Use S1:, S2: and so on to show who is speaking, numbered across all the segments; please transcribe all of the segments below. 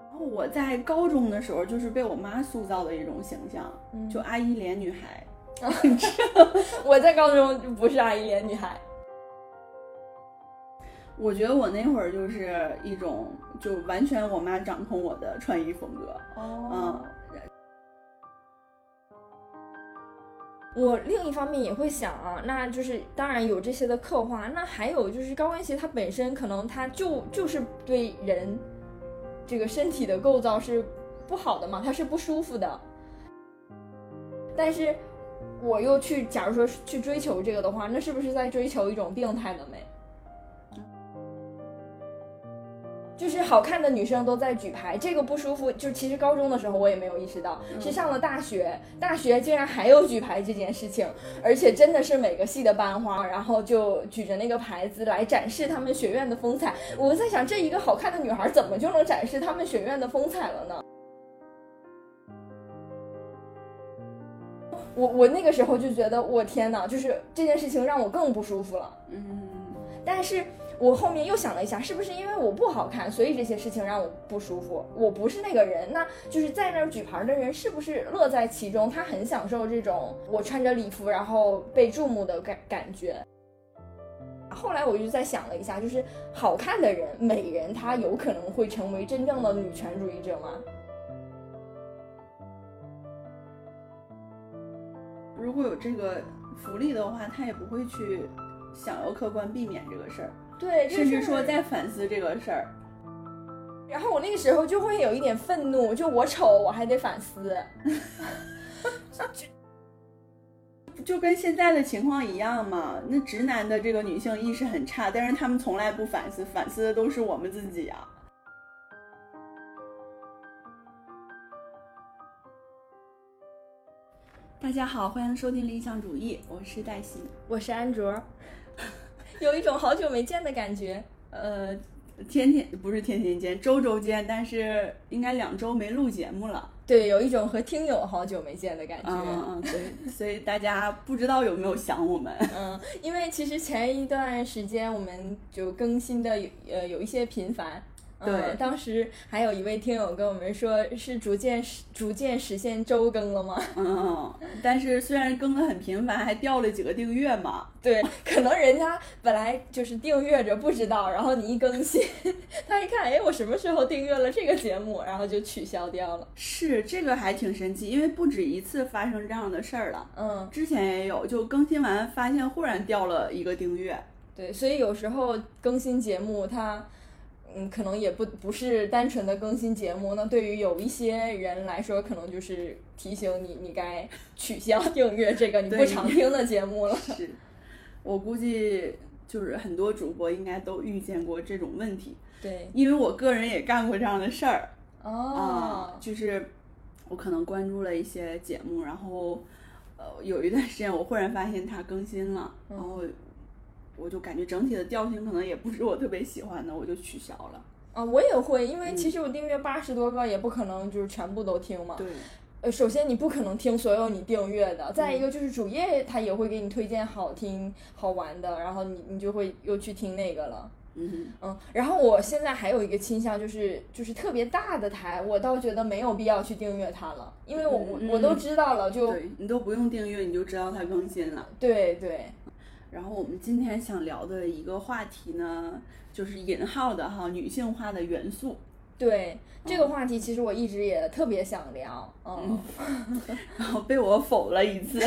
S1: 然后我在高中的时候，就是被我妈塑造的一种形象，就阿依莲女孩。
S2: 我在高中就不是阿姨脸女孩，
S1: 我觉得我那会儿就是一种，就完全我妈掌控我的穿衣风格。嗯
S2: 哦，我另一方面也会想啊，那就是当然有这些的刻画，那还有就是高跟鞋它本身可能它就就是对人这个身体的构造是不好的嘛，它是不舒服的。但是我又去，假如说是去追求这个的话，那是不是在追求一种病态的美？就是好看的女生都在举牌，这个不舒服。就其实高中的时候我也没有意识到，是上了大学，大学竟然还有举牌这件事情，而且真的是每个系的班花，然后就举着那个牌子来展示他们学院的风采。我在想，这一个好看的女孩怎么就能展示他们学院的风采了呢？我我那个时候就觉得，我天哪，就是这件事情让我更不舒服了。
S1: 嗯，
S2: 但是我后面又想了一下，是不是因为我不好看，所以这些事情让我不舒服？我不是那个人，那就是在那儿举牌的人，是不是乐在其中？他很享受这种我穿着礼服然后被注目的感感觉。后来我就在想了一下，就是好看的人、美人，她有可能会成为真正的女权主义者吗？
S1: 如果有这个福利的话，她也不会去想要客观避免这个事儿，
S2: 对，这
S1: 甚至
S2: 哎是
S1: 说在反思这个事儿。
S2: 然后我那个时候就会有一点愤怒，就我丑，我还得反思。
S1: 就跟现在的情况一样嘛，那直男的这个女性意识很差，但是他们从来不反思，反思的都是我们自己啊。大家好，欢迎收听《理想主义》，我是黛西。
S2: 我是安卓， 有一种好久没见的感觉。
S1: 呃，天天不是天天见，周周见，但是应该两周没录节目了。
S2: 对，有一种和听友好久没见的感觉。
S1: 嗯嗯，对，所以大家不知道有没有想我们？
S2: 嗯，因为其实前一段时间我们就更新的有呃有一些频繁。嗯
S1: 对
S2: 当时还有一位听友跟我们说，是逐渐实逐渐实现周更了吗？
S1: 嗯，但是虽然更的很频繁，还掉了几个订阅嘛。
S2: 对，可能人家本来就是订阅着不知道，然后你一更新， 他一看，哎，我什么时候订阅了这个节目，然后就取消掉了。
S1: 是这个还挺神奇，因为不止一次发生这样的事儿了。
S2: 嗯，
S1: 之前也有，就更新完发现忽然掉了一个订阅，
S2: 对，所以有时候更新节目，它嗯，可能也不不是单纯的更新节目。那对于有一些人来说，可能就是提醒你，你该取消订阅这个你不
S1: 对
S2: 常听的节目 了。
S1: 是我估计就是很多主播应该都遇见过这种问题，
S2: 对，
S1: 因为我个人也干过这样的事儿啊、
S2: 哦，
S1: 就是我可能关注了一些节目，然后呃有一段时间我忽然发现它更新了，然后我就感觉整体的调性可能也不是我特别喜欢的，我就取消了。
S2: 啊，我也会，因
S1: 嗯
S2: 为其实我订阅八十多个，也不可能就是全部都听嘛。
S1: 对，
S2: 呃，首先你不可能听所有你订阅的，
S1: 嗯
S2: 再一个就是主页它也会给你推荐好听好玩的，然后你你就会又去听那个了。
S1: 嗯哼。
S2: 嗯，然后我现在还有一个倾向，就是就是特别大的台，我倒觉得没有必要去订阅它了，因为我我
S1: 嗯嗯
S2: 我都知道了，就
S1: 对你都不用订阅，你就知道它更新了。
S2: 对对，
S1: 然后我们今天想聊的一个话题呢，就是引号的哈女性化的元素。嗯
S2: 对这个话题，其实我一直也特别想聊，嗯，
S1: 然后被我否了一次，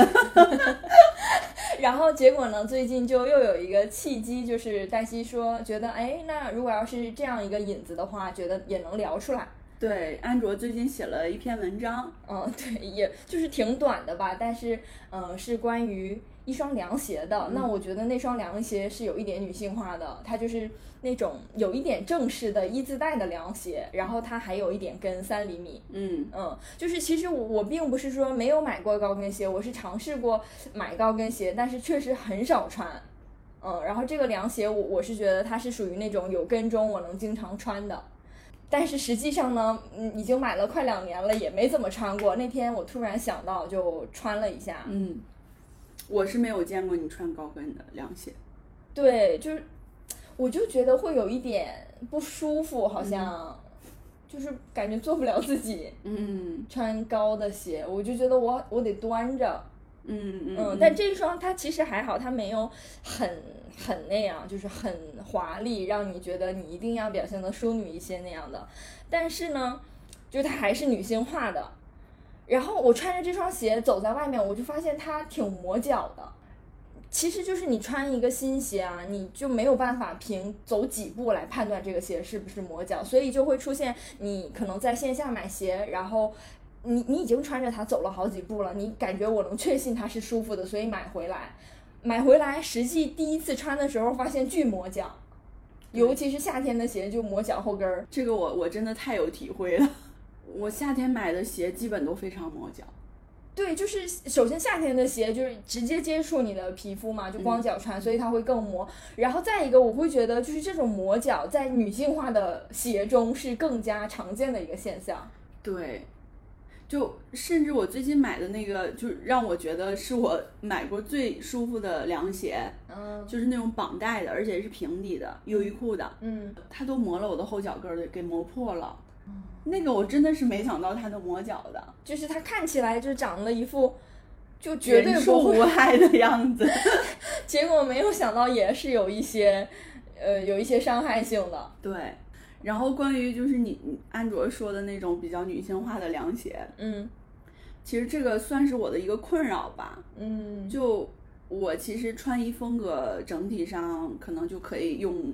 S2: 然后结果呢，最近就又有一个契机，就是黛西说，觉得哎，那如果要是这样一个引子的话，觉得也能聊出来，
S1: 对，安卓最近写了一篇文章，
S2: 嗯， 对，也就是挺短的吧，但是嗯、呃是关于一双凉鞋的。那我觉得那双凉鞋是有一点女性化的，它就是那种有一点正式的一字带的凉鞋，然后它还有一点跟三厘米。
S1: 嗯，
S2: 嗯，就是其实我我并不是说没有买过高跟鞋，我是尝试过买高跟鞋，但是确实很少穿。嗯，然后这个凉鞋我我是觉得它是属于那种有跟踪，我能经常穿的。但是实际上呢，嗯，已经买了快两年了，也没怎么穿过。那天我突然想到，就穿了一下。
S1: 嗯，我是没有见过你穿高跟的凉鞋。
S2: 对，就是我就觉得会有一点不舒服，好像。就是感觉做不了自己，
S1: 嗯
S2: 穿高的鞋，我就觉得我我得端着，
S1: 嗯嗯
S2: 嗯，但这一双它其实还好，它没有很很那样，就是很华丽，让你觉得你一定要表现的淑女一些那样的。但是呢，就它还是女性化的。然后我穿着这双鞋走在外面，我就发现它挺磨脚的。其实就是你穿一个新鞋啊，你就没有办法凭走几步来判断这个鞋是不是磨脚，所以就会出现你可能在线下买鞋，然后你你已经穿着它走了好几步了，你感觉我能确信它是舒服的，所以买回来，买回来实际第一次穿的时候发现巨磨脚，尤其是夏天的鞋就磨脚后跟儿，
S1: 这个我我真的太有体会了。 我夏天买的鞋基本都非常磨脚，
S2: 对，就是首先夏天的鞋就是直接接触你的皮肤嘛，就光脚穿，所以它会更磨。然后再一个，我会觉得就是这种磨脚在女性化的鞋中是更加常见的一个现象。
S1: 对，就甚至我最近买的那个，就是让我觉得是我买过最舒服的凉鞋，
S2: 嗯
S1: 就是那种绑带的，而且是平底的，优衣库的，
S2: 嗯，
S1: 它都磨了我的后脚跟儿，给磨破了。那个我真的是没想到它能磨脚的，
S2: 就是它看起来就长了一副就绝对
S1: 人畜
S2: 不会
S1: 无害的样子。
S2: 结果没有想到也是有一些，呃，有一些伤害性的。
S1: 对，然后关于就是你你安卓说的那种比较女性化的凉鞋，
S2: 嗯
S1: 其实这个算是我的一个困扰吧。
S2: 嗯，
S1: 就我其实穿衣风格整体上可能就可以用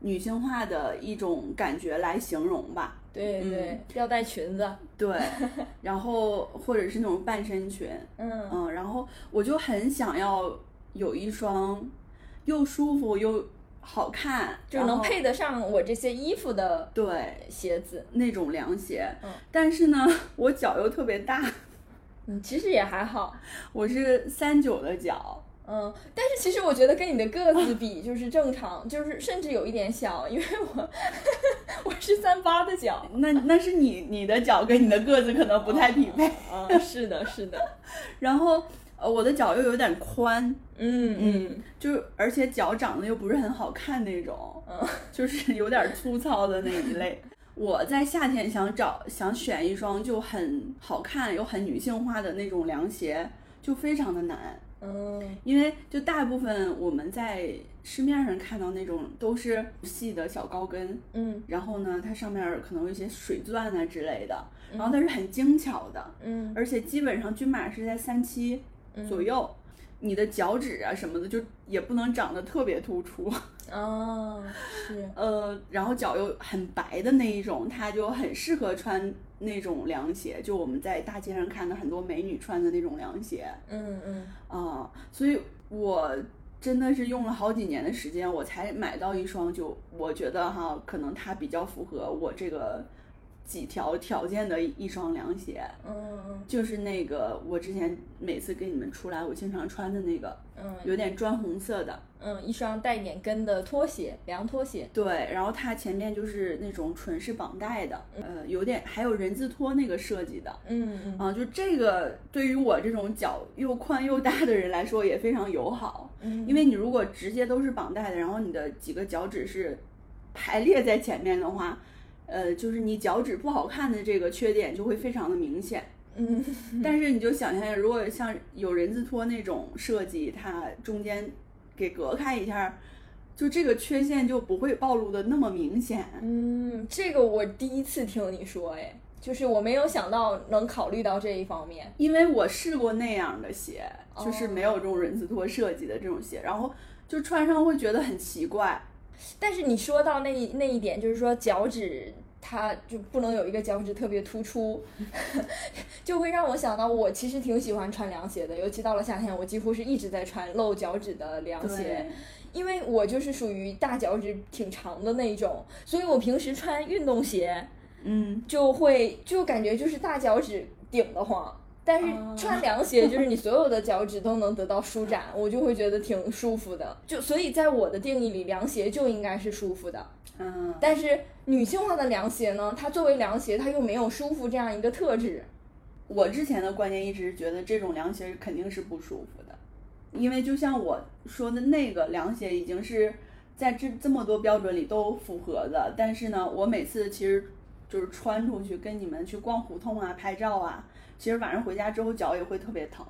S1: 女性化的一种感觉来形容吧。
S2: 对对，吊嗯带裙子，
S1: 对，然后或者是那种半身裙，
S2: 嗯
S1: 嗯，然后我就很想要有一双又舒服又好看，
S2: 就是能
S1: 然后
S2: 配得上我这些衣服的
S1: 对
S2: 鞋子。
S1: 那种凉鞋。
S2: 嗯
S1: 但是呢，我脚又特别大，
S2: 嗯，其实也还好。
S1: 我是三九的脚，
S2: 嗯，但是其实我觉得跟你的个子比，就是正常，就是甚至有一点小，因为我 我是三八的脚。
S1: 那那是你你的脚跟你的个子可能不太匹配。
S2: 嗯，是的，是的。
S1: 然后呃，我的脚又有点宽，
S2: 嗯嗯
S1: 就是而且脚长得又不是很好看那种，
S2: 嗯
S1: 就是有点粗糙的那一类。我在夏天想找想选一双就很好看又很女性化的那种凉鞋，就非常的难，
S2: 嗯
S1: 因为就大部分我们在市面上看到那种都是细的小高跟，
S2: 嗯
S1: 然后呢，它上面儿可能有一些水钻啊之类的，然后它是很精巧的，
S2: 嗯
S1: 而且基本上均码是在三七左右，你的脚趾啊什么的就也不能长得特别突出，
S2: 啊，是
S1: 呃，然后脚又很白的那一种，它就很适合穿那种凉鞋，就我们在大街上看到很多美女穿的那种凉鞋
S2: 嗯嗯
S1: 啊、所以我。真的是用了好几年的时间，我才买到一双就我觉得哈，可能它比较符合我这个几条条件的一双凉鞋，
S2: 嗯
S1: 就是那个我之前每次跟你们出来，我经常穿的那个，
S2: 嗯
S1: 有点砖红色的，
S2: 嗯，一双带点跟的拖鞋，凉拖鞋。
S1: 对，然后它前面就是那种纯是绑带的，呃，有点还有人字拖那个设计的，
S2: 嗯
S1: 啊，就这个对于我这种脚又宽又大的人来说也非常友好，
S2: 嗯
S1: 因为你如果直接都是绑带的，然后你的几个脚趾是排列在前面的话，呃，就是你脚趾不好看的这个缺点就会非常的明显。
S2: 嗯
S1: 但是你就想象，如果像有人字拖那种设计，它中间给隔开一下，就这个缺陷就不会暴露的那么明显。
S2: 嗯，这个我第一次听你说，哎，就是我没有想到能考虑到这一方面。
S1: 因为我试过那样的鞋，就是没有这种人字拖设计的这种鞋，然后就穿上会觉得很奇怪。
S2: 但是你说到那一那一点，就是说脚趾它就不能有一个脚趾特别突出， 就会让我想到我其实挺喜欢穿凉鞋的，尤其到了夏天，我几乎是一直在穿露脚趾的凉鞋，因为我就是属于大脚趾挺长的那一种，所以我平时穿运动鞋
S1: 嗯，
S2: 就会就感觉就是大脚趾顶得慌。但是
S1: 哦
S2: 穿凉鞋，就是你所有的脚趾都能得到舒展，我就会觉得挺舒服的。就所以，在我的定义里，凉鞋就应该是舒服的。
S1: 嗯，
S2: 但是女性化的凉鞋呢，它作为凉鞋，它又没有舒服这样一个特质。
S1: 我之前的观念一直觉得这种凉鞋肯定是不舒服的，因为就像我说的那个凉鞋已经是在这这么多标准里都符合的，但是呢，我每次其实就是穿出去跟你们去逛胡同啊、拍照啊，其实晚上回家之后脚也会特别疼。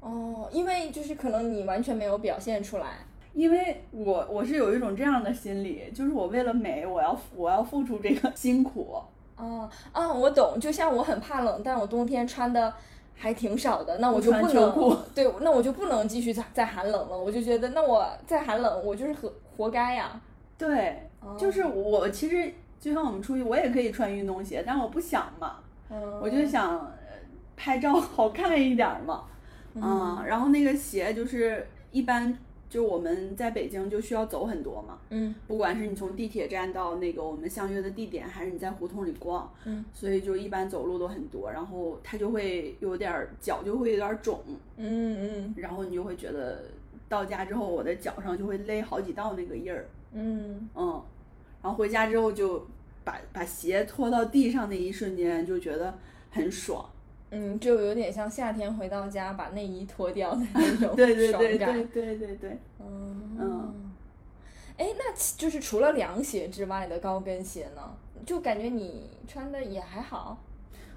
S2: 哦，因为就是可能你完全没有表现出来，
S1: 因为我我是有一种这样的心理，就是我为了美，我要我要付出这个辛苦。
S2: 哦，啊，我懂，就像我很怕冷，但我冬天穿的还挺少的，那我
S1: 不
S2: 就
S1: 穿
S2: 不
S1: 秋裤
S2: 能，对，那我就不能继续再再寒冷了，我就觉得那我再寒冷，我就是活活该呀、
S1: 对，
S2: 哦
S1: 就是我其实就像我们出去，我也可以穿运动鞋，但我不想嘛，
S2: 嗯，
S1: 我就想呃拍照好看一点嘛。嗯，然后那个鞋就是一般就我们在北京就需要走很多嘛，
S2: 嗯
S1: 不管是你从地铁站到那个我们相约的地点，还是你在胡同里逛，
S2: 嗯，
S1: 所以就一般走路都很多，然后它就会有点儿脚就会有点儿肿，
S2: 嗯嗯
S1: 然后你就会觉得到家之后我的脚上就会勒好几道那个印儿，
S2: 嗯，
S1: 嗯，然后回家之后就把把鞋拖到地上那一瞬间就觉得很爽，
S2: 嗯，就有点像夏天回到家把内衣脱掉的那 种
S1: 对对
S2: 爽
S1: 对
S2: 感
S1: 对对对对，
S2: 嗯，哦哎，那其就是除了凉鞋之外的高跟鞋呢，就感觉你穿的也还好。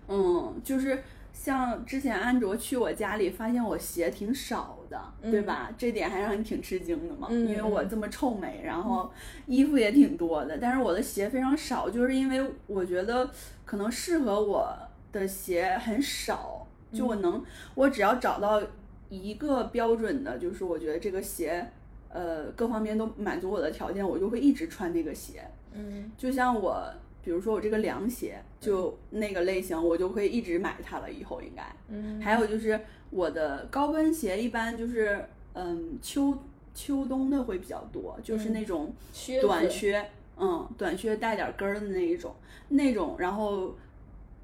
S1: 嗯，就是像之前安卓去我家里，发现我鞋挺少的，对吧？这点还让你挺吃惊的嘛，
S2: 嗯
S1: 因为我这么臭美，然后衣服也挺多的，但是我的鞋非常少，就是因为我觉得可能适合我的鞋很少，就
S2: 嗯
S1: 我能，我只要找到一个标准的，就是我觉得这个鞋。呃，各方面都满足我的条件，我就会一直穿那个鞋。
S2: 嗯
S1: 就像我，比如说我这个凉鞋，就那个类型，我就会一直买它了。以后应该，
S2: 嗯
S1: 还有就是我的高跟鞋，一般就是嗯秋秋冬的会比较多，就是那种
S2: 嗯靴子
S1: 短靴，嗯，短靴带点跟儿的那一种，那种，然后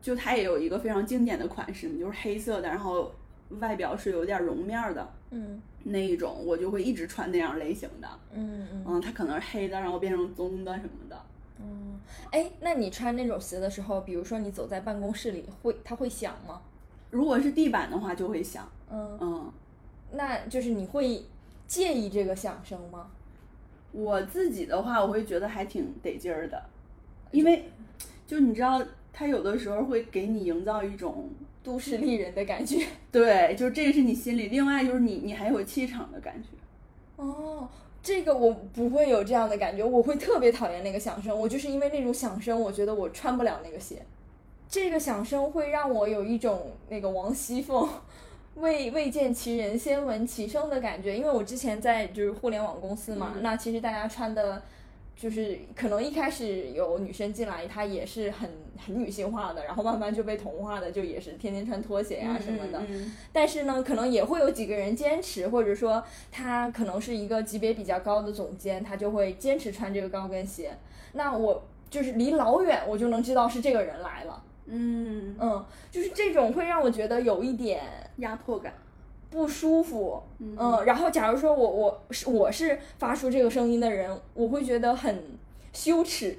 S1: 就它也有一个非常经典的款式嘛，就是黑色的，然后外表是有点绒面儿的
S2: 嗯
S1: 那一种，我就会一直穿那样类型的。
S2: 嗯嗯
S1: 嗯，它可能是黑的，然后变成棕的什么的。
S2: 嗯。哎，那你穿那种鞋的时候，比如说你走在办公室里，会它会响吗？
S1: 如果是地板的话，就会响。
S2: 嗯，
S1: 嗯，
S2: 那就是你会介意这个响声吗？
S1: 我自己的话，我会觉得还挺得劲儿的，因为就你知道，它有的时候会给你营造一种
S2: 都市丽人的感觉。
S1: 对，就这是你心里，另外就是你你还有气场的感觉。
S2: 哦，这个我不会有这样的感觉，我会特别讨厌那个响声。我就是因为那种响声，我觉得我穿不了那个鞋。这个响声会让我有一种那个王熙凤未未见其人，先闻其声的感觉。因为我之前在就是互联网公司嘛，
S1: 嗯
S2: 那其实大家穿的。就是可能一开始有女生进来，她也是很很女性化的，然后慢慢就被同化的，就也是天天穿拖鞋呀、什么的。
S1: 嗯
S2: 但是呢，可能也会有几个人坚持，或者说他可能是一个级别比较高的总监，他就会坚持穿这个高跟鞋。那我就是离老远我就能知道是这个人来了，
S1: 嗯，嗯
S2: 嗯，就是这种会让我觉得有一点
S1: 压迫感。
S2: 不舒服，
S1: 嗯
S2: 嗯。然后假如说我我是我是发出这个声音的人，我会觉得很羞耻，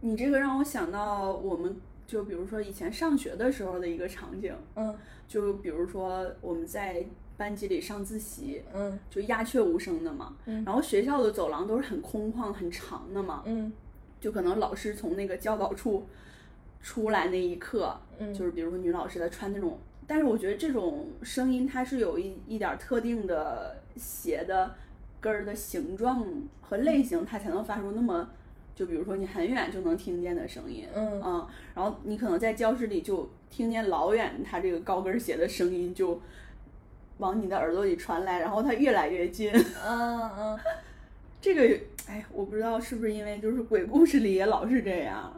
S1: 你这个让我想到我们就比如说以前上学的时候的一个场景，
S2: 嗯
S1: 就比如说我们在班级里上自习，
S2: 嗯
S1: 就鸦雀无声的嘛。
S2: 嗯
S1: 然后学校的走廊都是很空旷、很长的嘛，
S2: 嗯
S1: 就可能老师从那个教导处出来那一刻，
S2: 嗯
S1: 就是比如说女老师她穿那种，但是我觉得这种声音它是有一一点儿特定的鞋的跟儿的形状和类型，它才能发出那么。就比如说你很远就能听见的声音，
S2: 嗯
S1: 然后你可能在教室里就听见老远它这个高跟鞋的声音就往你的耳朵里传来，然后它越来越近，
S2: 嗯嗯，
S1: 这个，哎，我不知道是不是因为就是鬼故事里也老是这样。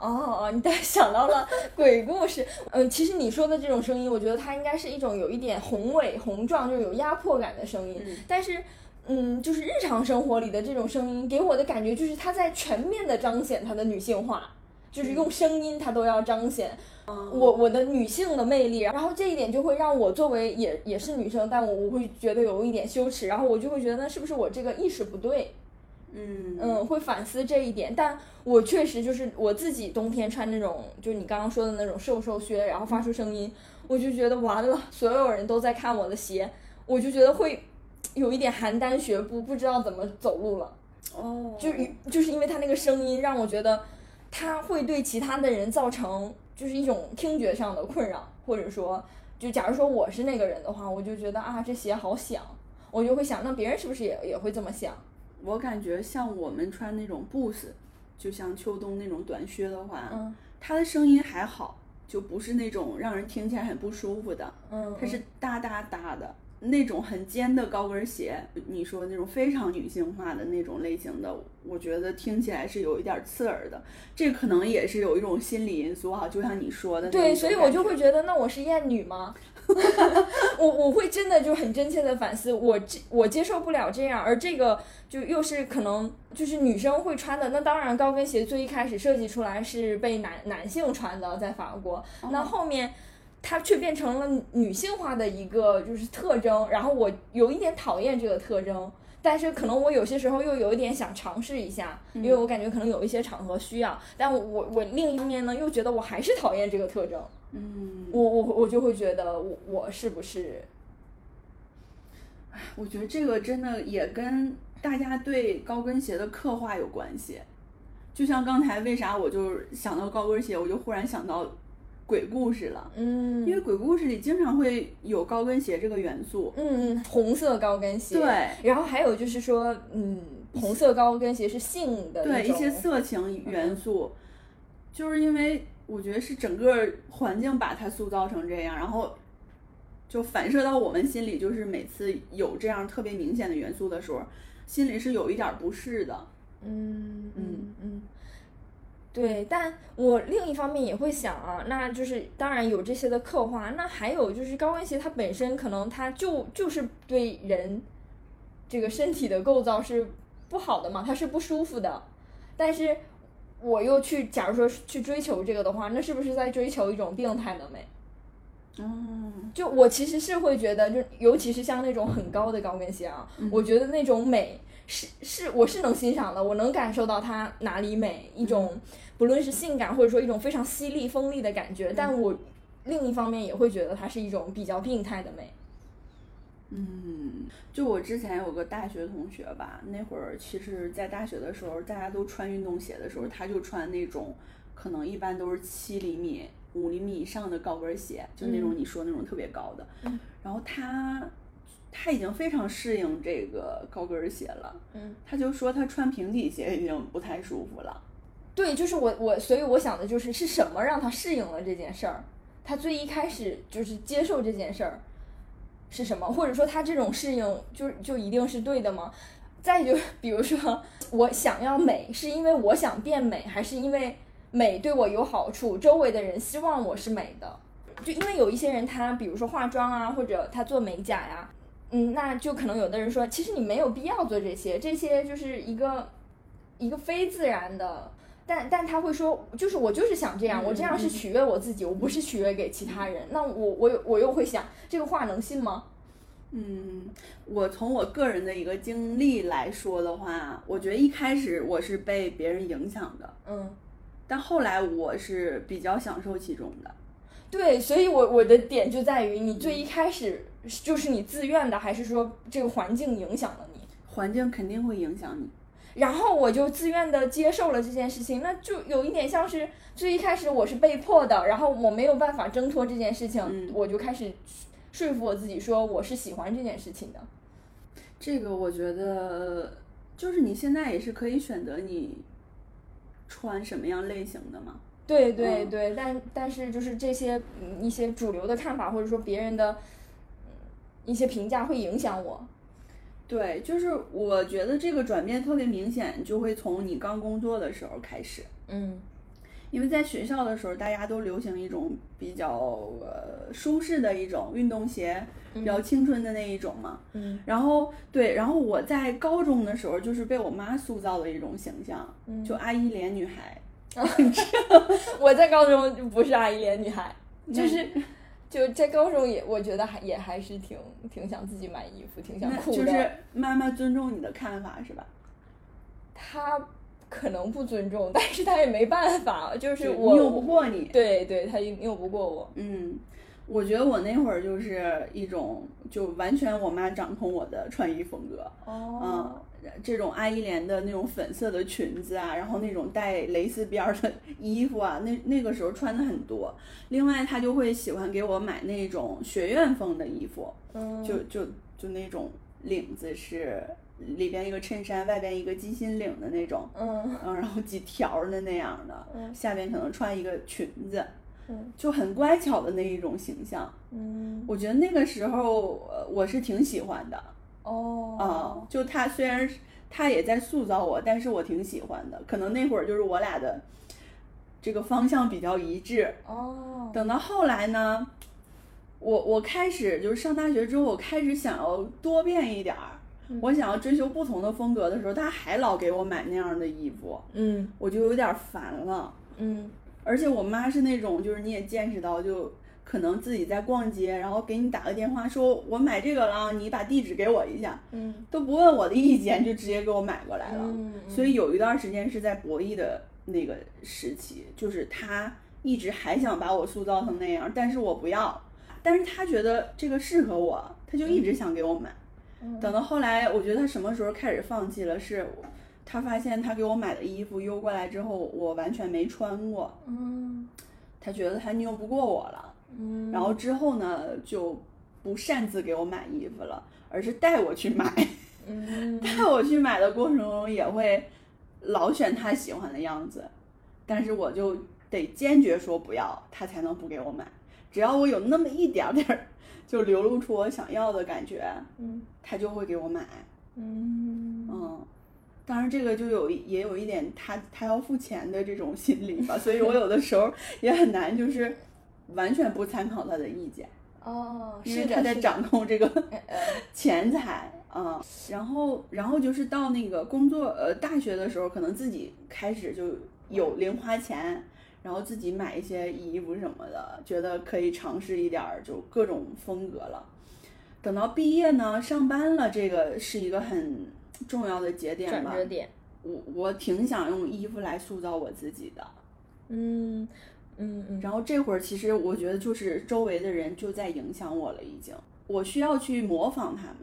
S2: 哦，你倒是想到了鬼故事。 嗯，其实你说的这种声音，我觉得它应该是一种有一点宏伟、宏壮，就是有压迫感的声音。
S1: 嗯
S2: 但是，嗯，就是日常生活里的这种声音，给我的感觉就是它在全面的彰显它的女性化，就是用声音它都要彰显我我的女性的魅力。然后这一点就会让我作为也也是女生，但我我会觉得有一点羞耻，然后我就会觉得是不是我这个意识不对。
S1: 嗯
S2: 嗯，会反思这一点，但我确实就是我自己冬天穿那种，就是你刚刚说的那种瘦瘦靴，然后发出声音，我就觉得完了，所有人都在看我的鞋，我就觉得会有一点邯郸学步，不知道怎么走路了，
S1: 哦，
S2: 就是就是因为他那个声音让我觉得它会对其他的人造成就是一种听觉上的困扰，或者说，就假如说我是那个人的话，我就觉得啊，这鞋好响，我就会想，那别人是不是也也会这么想？
S1: 我感觉像我们穿那种 Boost，就像秋冬那种短靴的话，
S2: 嗯
S1: 它的声音还好，就不是那种让人听起来很不舒服的，
S2: 嗯，
S1: 它是哒哒哒的。那种很尖的高跟鞋，你说那种非常女性化的那种类型的，我觉得听起来是有一点刺耳的。这可能也是有一种心理因素哈，就像你说的那种感
S2: 对，
S1: 觉。
S2: 所以我就会觉得，那我是厌女 吗？我我会真的就很真切的反思，我这我接受不了这样，而这个就又是可能就是女生会穿的。那当然，高跟鞋最一开始设计出来是被男男性穿的，在法国，
S1: 哦
S2: 那后面。它却变成了女性化的一个就是特征，然后我有一点讨厌这个特征，但是可能我有些时候又有一点想尝试一下，因
S1: 嗯
S2: 为我感觉可能有一些场合需要，但我我我另一方面呢又觉得我还是讨厌这个特征，
S1: 嗯，
S2: 我我我就会觉得我我是不是
S1: 我觉得这个真的也跟大家对高跟鞋的刻画有关系。就像刚才为啥我就想到高跟鞋，我就忽然想到鬼故事了，
S2: 嗯
S1: 因为鬼故事里经常会有高跟鞋这个元素。
S2: 嗯嗯红色高跟鞋，
S1: 对，
S2: 然后还有就是说嗯红色高跟鞋是性的
S1: 对
S2: 那
S1: 一
S2: 种嗯
S1: 些色情元素，就是因为我觉得是整个环境把它塑造成这样，然后就反射到我们心里，就是每次有这样特别明显的元素的时候，心里是有一点不适的。
S2: 嗯
S1: 嗯
S2: 嗯嗯，对，但我另一方面也会想啊，那就是当然有这些的刻画，那还有就是高跟鞋它本身可能它就就是对人这个身体的构造是不好的嘛，它是不舒服的，但是我又去假如说去追求这个的话，那是不是在追求一种病态的美？
S1: 哦，
S2: 就我其实是会觉得，就尤其是像那种很高的高跟鞋啊，
S1: 嗯
S2: 我觉得那种美是是我是能欣赏的，我能感受到它哪里美，一种不论是性感或者说一种非常犀利锋利的感觉，但我另一方面也会觉得它是一种比较病态的美。
S1: 嗯，就我之前有个大学同学吧，那会儿其实，在大学的时候，大家都穿运动鞋的时候，他就穿那种可能一般都是七厘米、五厘米以上的高跟鞋，就那种
S2: 嗯
S1: 你说那种特别高的。然后他他已经非常适应这个高跟鞋了，
S2: 嗯，
S1: 他就说他穿平底鞋已经不太舒服了。
S2: 对，就是我我，所以我想的就是是什么让他适应了这件事儿？他最一开始就是接受这件事儿是什么？或者说他这种适应就就一定是对的吗？再就 比如说，我想要美，是因为我想变美，还是因为美对我有好处，周围的人希望我是美的？就因为有一些人他，比如说化妆啊，或者他做美甲呀、嗯，那就可能有的人说，其实你没有必要做这些，这些就是一个一个非自然的。但但他会说，就是我就是想这
S1: 嗯
S2: 样，我这样是取悦我自己，我不是取悦给其他人。那我我有我又会想，这个话能信吗？
S1: 嗯，我从我个人的一个经历来说的话，我觉得一开始我是被别人影响的。
S2: 嗯，
S1: 但后来我是比较享受其中的。
S2: 对，所以我我的点就在于，你最一开始就是你自愿的，还是说这个环境影响了你？
S1: 环境肯定会影响你，
S2: 然后我就自愿的接受了这件事情，那就有一点像是最一开始我是被迫的，然后我没有办法挣脱这件事情，
S1: 嗯
S2: 我就开始说服我自己说我是喜欢这件事情的。
S1: 这个我觉得就是你现在也是可以选择你穿什么样类型的嘛。
S2: 对对
S1: 嗯
S2: 对，但但是就是这些嗯一些主流的看法，或者说别人的嗯一些评价会影响我。
S1: 对，就是我觉得这个转变特别明显，就会从你刚工作的时候开始，
S2: 嗯
S1: 因为在学校的时候，大家都流行一种比较呃舒适的一种运动鞋，比较青春的那一种嘛。
S2: 嗯
S1: 然后对，然后我在高中的时候就是被我妈塑造的一种形象，
S2: 嗯，
S1: 就阿依莲女孩，
S2: 我在高中就不是阿姨脸女孩， 就
S1: 那
S2: 是就在高中也我觉得还也还是挺挺想自己买衣服，挺想
S1: 那
S2: 酷的。
S1: 就是妈妈尊重你的看法是吧？
S2: 他可能不尊重，但是他也没办法，就是
S1: 就
S2: 我
S1: 拗不过你。
S2: 对对，他就拗不过我。
S1: 嗯，我觉得我那会儿就是一种就完全我妈掌控我的穿衣风格，
S2: 哦，
S1: 嗯，这种阿依莲的那种粉色的裙子啊，然后那种带蕾丝边儿的衣服啊，那那个时候穿的很多。另外，她就会喜欢给我买那种学院风的衣服，
S2: 嗯，
S1: 就就就那种领子是里边一个衬衫，外边一个鸡心领的那种，
S2: 嗯
S1: 嗯，然后几条儿的那样的，
S2: 嗯
S1: 下边可能穿一个裙子，
S2: 嗯
S1: 就很乖巧的那一种形象。
S2: 嗯，
S1: 我觉得那个时候，呃，我是挺喜欢的啊、
S2: 嗯哦，
S1: 就他虽然是他也在塑造我，但是我挺喜欢的。可能那会儿就是我俩的这个方向比较一致。
S2: 哦，
S1: 等到后来呢，我我开始就是上大学之后，我开始想要多变一点儿，
S2: 嗯
S1: 我想要追求不同的风格的时候，他还老给我买那样的衣服，
S2: 嗯
S1: 我就有点烦了。
S2: 嗯
S1: 而且我妈是那种，就是你也见识到，就可能自己在逛街，然后给你打个电话说，我买这个了，啊你把地址给我一下，
S2: 嗯
S1: 都不问我的意见，就直接给我买过来了。
S2: 嗯嗯
S1: 所以有一段时间是在博弈的那个时期，就是她一直还想把我塑造成那样，但是我不要，但是她觉得这个适合我，她就一直想给我买。
S2: 嗯
S1: 等到后来，我觉得她什么时候开始放弃了，是她发现她给我买的衣服邮过来之后，我完全没穿过。
S2: 嗯
S1: 他觉得他拗不过我了，
S2: 嗯，
S1: 然后之后呢就不擅自给我买衣服了，而是带我去买。
S2: 嗯
S1: 带我去买的过程中也会老选他喜欢的样子，但是我就得坚决说不要，他才能不给我买。只要我有那么一点点儿就流露出我想要的感觉，
S2: 嗯
S1: 他就会给我买。
S2: 嗯
S1: 嗯，当然这个就有一也有一点他他要付钱的这种心理吧，所以我有的时候也很难就是完全不参考他的意见，
S2: 哦，
S1: 因为
S2: 是
S1: 他
S2: 的，
S1: 在
S2: 是的
S1: 掌控这个
S2: 呃呃
S1: 钱财啊、嗯然后然后就是到那个工作呃大学的时候，可能自己开始就有零花钱。然后自己买一些衣服什么的，觉得可以尝试一点儿，就各种风格了。等到毕业呢，上班了，这个是一个很重要的节点
S2: 转
S1: 吧。
S2: 折点，
S1: 我我挺想用衣服来塑造我自己的。
S2: 嗯嗯嗯，
S1: 然后这会儿其实我觉得就是周围的人就在影响我了，已经，我需要去模仿他们，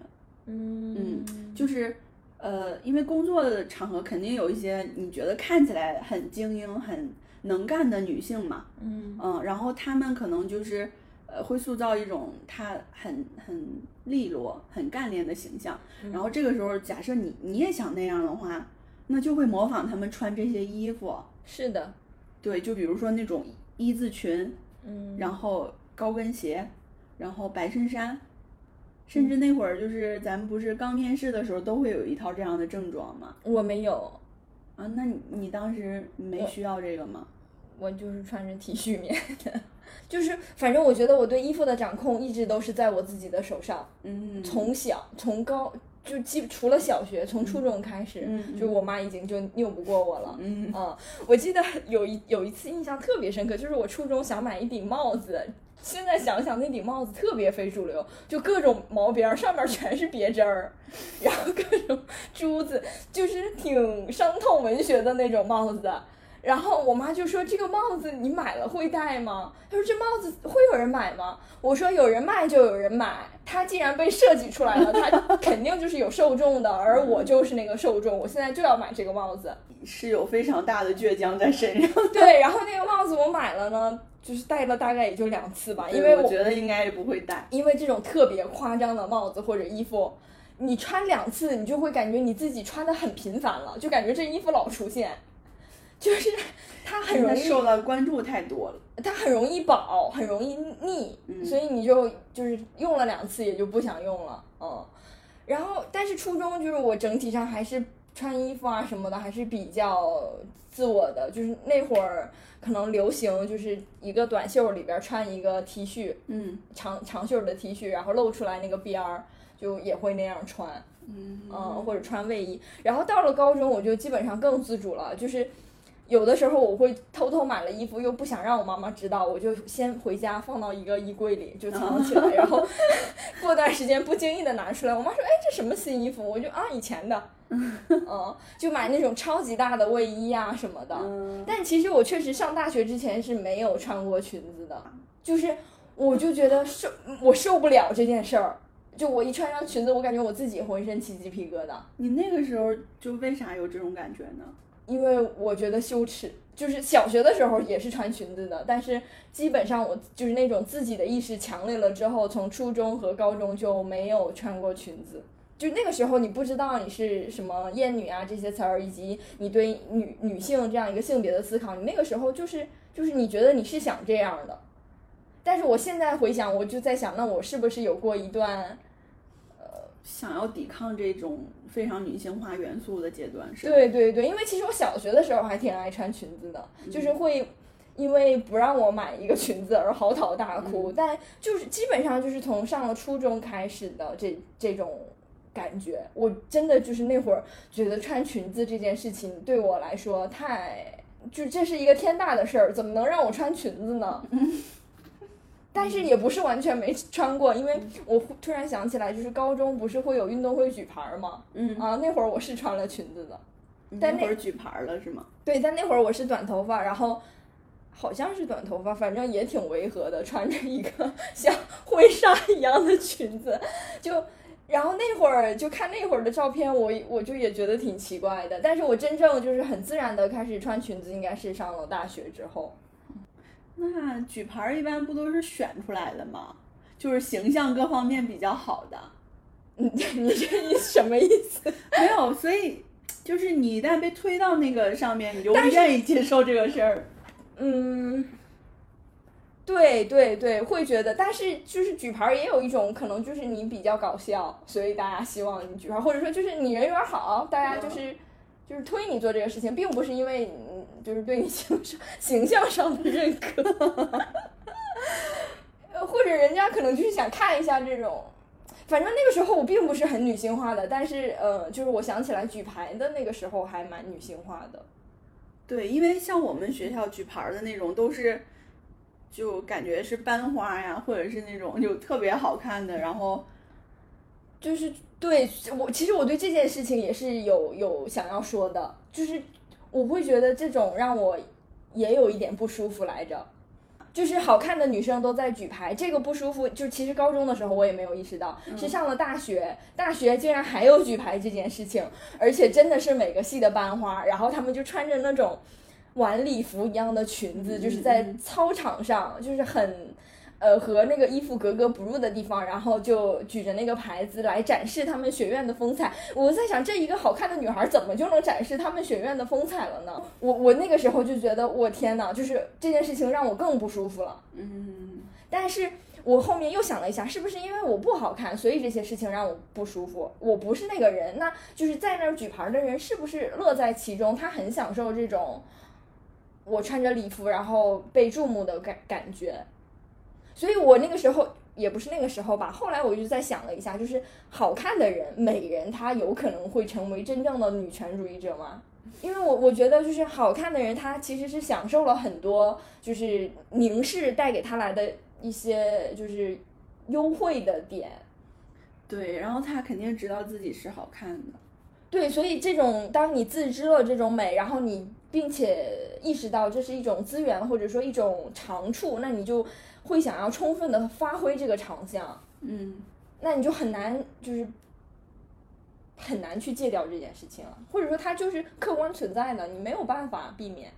S2: 嗯
S1: 就是。呃，因为工作的场合肯定有一些你觉得看起来很精英、很能干的女性嘛，
S2: 嗯
S1: 嗯，然后她们可能就是呃会塑造一种她很很利落、很干练的形象，然后这个时候假设你你也想那样的话，那就会模仿她们穿这些衣服，
S2: 是的，
S1: 对，就比如说那种一字裙，
S2: 嗯，
S1: 然后高跟鞋，然后白衬衫，甚
S2: 嗯
S1: 至那会儿就是咱们不是刚面试的时候都会有一套这样的正装嘛？
S2: 我没有，
S1: 啊，那你你当时
S2: 呃
S1: 没需要这个吗？
S2: 我就是穿着 T 恤面的，就是反正我觉得我对衣服的掌控一直都是在我自己的手上，
S1: 嗯，
S2: 从小从高就基除了小学，从初中开始，
S1: 嗯嗯
S2: 就我妈已经就拗不过我了。
S1: 嗯
S2: 我记得有一有一次印象特别深刻，就是我初中想买一顶帽子。现在想想，那顶帽子特别非主流，就各种毛边儿，上面全是别针儿，然后各种珠子，就是挺伤透文学的那种帽子。然后我妈就说：“这个帽子你买了会戴吗？”她说：“这帽子会有人买吗？”我说：“有人卖就有人买，它既然被设计出来了，它肯定就是有受众的，而我就是那个受众，我现在就要买这个帽子。”
S1: 是有非常大的倔强在身上，
S2: 对，然后那个帽子我买了呢，就是戴了大概也就两次吧，因为
S1: 我
S2: 我
S1: 觉得应该也不会戴。
S2: 因为这种特别夸张的帽子或者衣服，你穿两次，你就会感觉你自己穿的很频繁了，就感觉这衣服老出现， 就是它很容
S1: 他
S2: 易
S1: 受到关注太多了，
S2: 它很容易饱，很容易腻，
S1: 嗯
S2: 所以你就就是用了两次也就不想用了，嗯。然后，但是初中就是我整体上还是穿衣服啊什么的还是比较自我的，就是那会儿可能流行就是一个短袖里边穿一个 T 恤，
S1: 嗯
S2: 长长袖的 T 恤，然后露出来那个边儿，就也会那样穿，
S1: 嗯
S2: 嗯，或者穿卫衣。然后到了高中，我就基本上更自主了，就是有的时候我会偷偷买了衣服，又不想让我妈妈知道，我就先回家放到一个衣柜里就藏起来，然后过段时间不经意的拿出来，我妈说：“哎，这什么新衣服？”我就啊，以前的，嗯，就买那种超级大的卫衣啊什么的。
S1: 嗯
S2: 但其实我确实上大学之前是没有穿过裙子的，就是我就觉得受我受不了这件事儿。就我一穿上裙子，我感觉我自己浑身起鸡皮疙瘩，
S1: 你那个时候就为啥有这种感觉呢？
S2: 因为我觉得羞耻。就是小学的时候也是穿裙子的，但是基本上我就是那种自己的意识强烈了之后，从初中和高中就没有穿过裙子。就那个时候，你不知道你是什么厌女啊这些词儿，以及你对女女性这样一个性别的思考，你那个时候就是就是你觉得你是想这样的。但是我现在回想，我就在想，那我是不是有过一段
S1: 想要抵抗这种非常女性化元素的阶段是吧？
S2: 对对对，因为其实我小学的时候还挺爱穿裙子的，
S1: 嗯
S2: 就是会因为不让我买一个裙子而嚎啕大
S1: 嗯
S2: 哭。但就是基本上就是从上了初中开始的这这种感觉，我真的就是那会儿觉得穿裙子这件事情对我来说太就这是一个天大的事儿，怎么能让我穿裙子 呢？但
S1: 嗯
S2: 是也不是完全没穿过，因为我忽突然想起来，就是高中不是会有运动会举牌儿吗？
S1: 嗯，
S2: 啊，那会儿我是穿了裙子的，
S1: 你
S2: 但
S1: 那
S2: 那
S1: 会儿举牌了是吗？
S2: 对，但那会儿我是短头发，然后好像是短头发，反正也挺违和的，穿着一个 像婚纱一样的裙子，就。然后那会儿就看那会儿的照片，我我就也觉得挺奇怪的。但是我真正就是很自然的开始穿裙子，应该是上了大学之后。
S1: 那举牌儿一般不都是选出来的吗？就是形象各方面比较好的，
S2: 嗯，你这意什么意思？
S1: 没有，所以就是你一旦被推到那个上面，你就不愿意接受这个事儿。
S2: 嗯，对对对，会觉得，但是就是举牌儿也有一种可能，就是你比较搞笑，所以大家希望你举牌儿，或者说就是你人缘儿好，大家就是、就是推你做这个事情，并不是因为嗯就是对你 形象形象上的认可， 呃或者人家可能就是想看一下这种。反正那个时候我并不是很女性化的，但是呃，就是我想起来举牌的那个时候还蛮女性化的。
S1: 对，因为像我们学校举牌儿的那种都是，就感觉是班花呀，或者是那种就特别好看的，然后
S2: 就是对我，其实我对这件事情也是有有想要说的，就是我会觉得这种让我也有一点不舒服来着。就是好看的女生都在举牌，这个不舒服。就其实高中的时候我也没有意识到，
S1: 嗯
S2: 是上了大学，大学竟然还有举牌这件事情，而且真的是每个系的班花，然后他们就穿着那种晚礼服一样的裙子，
S1: 嗯
S2: 就是在
S1: 嗯
S2: 操场上，就是很呃和那个衣服格格不入的地方，然后就举着那个牌子来展示他们学院的风采。我在想，这一个好看的女孩怎么就能展示他们学院的风采了呢？我我那个时候就觉得，我天哪，就是这件事情让我更不舒服了。
S1: 嗯，
S2: 但是我后面又想了一下，是不是因为我不好看，所以这些事情让我不舒服？我不是那个人，那就是在那儿举牌的人是不是乐在其中？他很享受这种我穿着礼服然后被注目的感感觉。所以我那个时候也不是那个时候吧，后来我就在想了一下，就是好看的人、美人，她有可能会成为真正的女权主义者吗？因为我我觉得就是好看的人，她其实是享受了很多就是凝视带给她来的一些就是优惠的点。
S1: 对，然后他肯定知道自己是好看的。
S2: 对，所以这种当你自知了这种美，然后你并且意识到这是一种资源或者说一种长处，那你就会想要充分的发挥这个长项。
S1: 嗯，
S2: 那你就很难就是很难去戒掉这件事情了，或者说它就是客观存在的，你没有办法避免。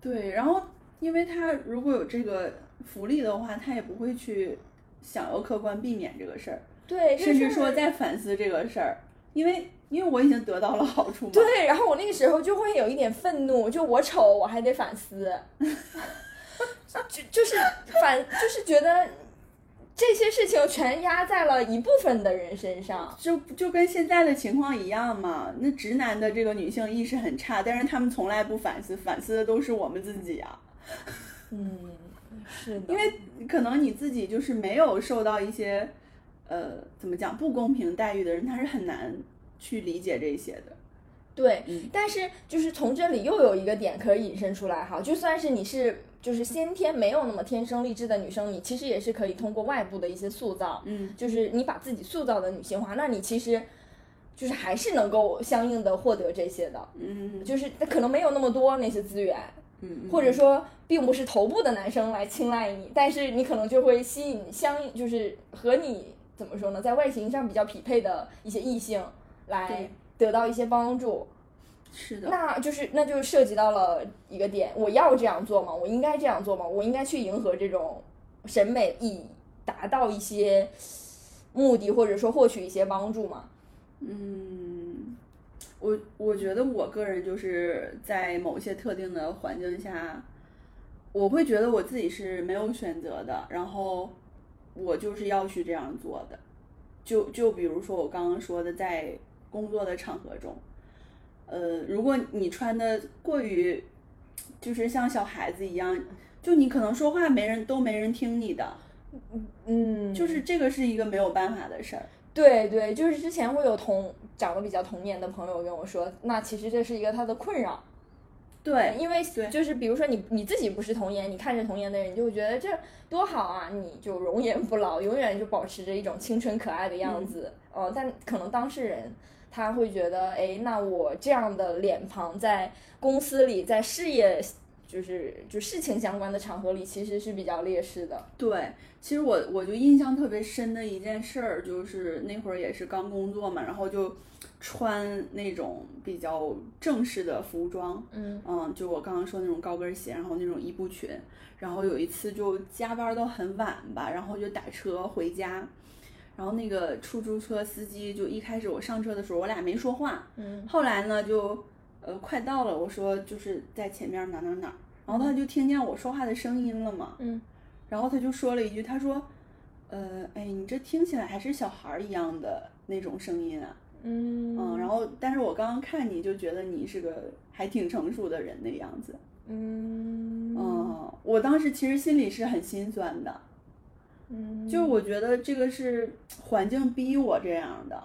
S1: 对，然后因为他如果有这个福利的话，他也不会去想要客观避免这个事儿，
S2: 对，哎这
S1: 甚至
S2: 事儿
S1: 说在反思这个事儿，因为因为我已经得到了好处嘛。
S2: 对，然后我那个时候就会有一点愤怒，就我丑我还得反思， 就就是反就是觉得这些事情全压在了一部分的人身上。
S1: 就就跟现在的情况一样嘛，那直男的这个女性意识很差，但是他们从来不反思，反思的都是我们自己啊。
S2: 嗯，是的，
S1: 因为可能你自己就是没有受到一些，呃，怎么讲不公平待遇的人，他是很难去理解这些的。
S2: 对，
S1: 嗯
S2: 但是就是从这里又有一个点可以引申出来哈，就算是你是就是先天没有那么天生丽质的女生，你其实也是可以通过外部的一些塑造，
S1: 嗯，
S2: 就是你把自己塑造的女性化，那你其实就是还是能够相应的获得这些的，
S1: 嗯，
S2: 就是可能没有那么多那些资源，
S1: 嗯，嗯
S2: 或者说并不是头部的男生来青睐你，但是你可能就会吸引相应就是和你怎么说呢，在外形上比较匹配的一些异性来
S1: 对嗯
S2: 得到一些帮助。
S1: 是的，
S2: 那就是那就涉及到了一个点，我要这样做吗？我应该这样做吗？我应该去迎合这种审美，以达到一些目的，或者说获取一些帮助吗？
S1: 嗯，我我觉得我个人就是在某些特定的环境下，我会觉得我自己是没有选择的，然后我就是要去这样做的。就就比如说我刚刚说的，在工作的场合中，呃，如果你穿的过于就是像小孩子一样，就你可能说话没人都没人听你的，
S2: 嗯，
S1: 就是这个是一个没有办法的事儿。
S2: 对对，就是之前会有同长得比较童年的朋友跟我说，那其实这是一个他的困扰，
S1: 对，
S2: 因为
S1: 对
S2: 就是比如说你你自己不是童颜，你看着童颜的人，你就会觉得这多好啊，你就容颜不老，永远就保持着一种青春可爱的样子。嗯、呃，但可能当事人他会觉得，哎，那我这样的脸庞在公司里，在事业就是就事情相关的场合里，其实是比较劣势的。
S1: 对，其实我我就印象特别深的一件事儿，就是那会儿也是刚工作嘛，然后就穿那种比较正式的服装，
S2: 嗯
S1: 嗯，就我刚刚说那种高跟鞋，然后那种一步裙，然后有一次就加班到很晚吧，然后就打车回家，然后那个出租车司机就一开始我上车的时候，我俩没说话，
S2: 嗯
S1: 后来呢，就呃快到了，我说就是在前面哪哪哪儿，然后他就听见我说话的声音了嘛，
S2: 嗯，
S1: 然后他就说了一句，他说，呃，哎，你这听起来还是小孩儿一样的那种声音啊，
S2: 嗯
S1: 嗯，然后但是我刚刚看你就觉得你是个还挺成熟的人的样子，
S2: 嗯
S1: 嗯，我当时其实心里是很心酸的，
S2: 嗯，
S1: 就是我觉得这个是环境逼我这样的，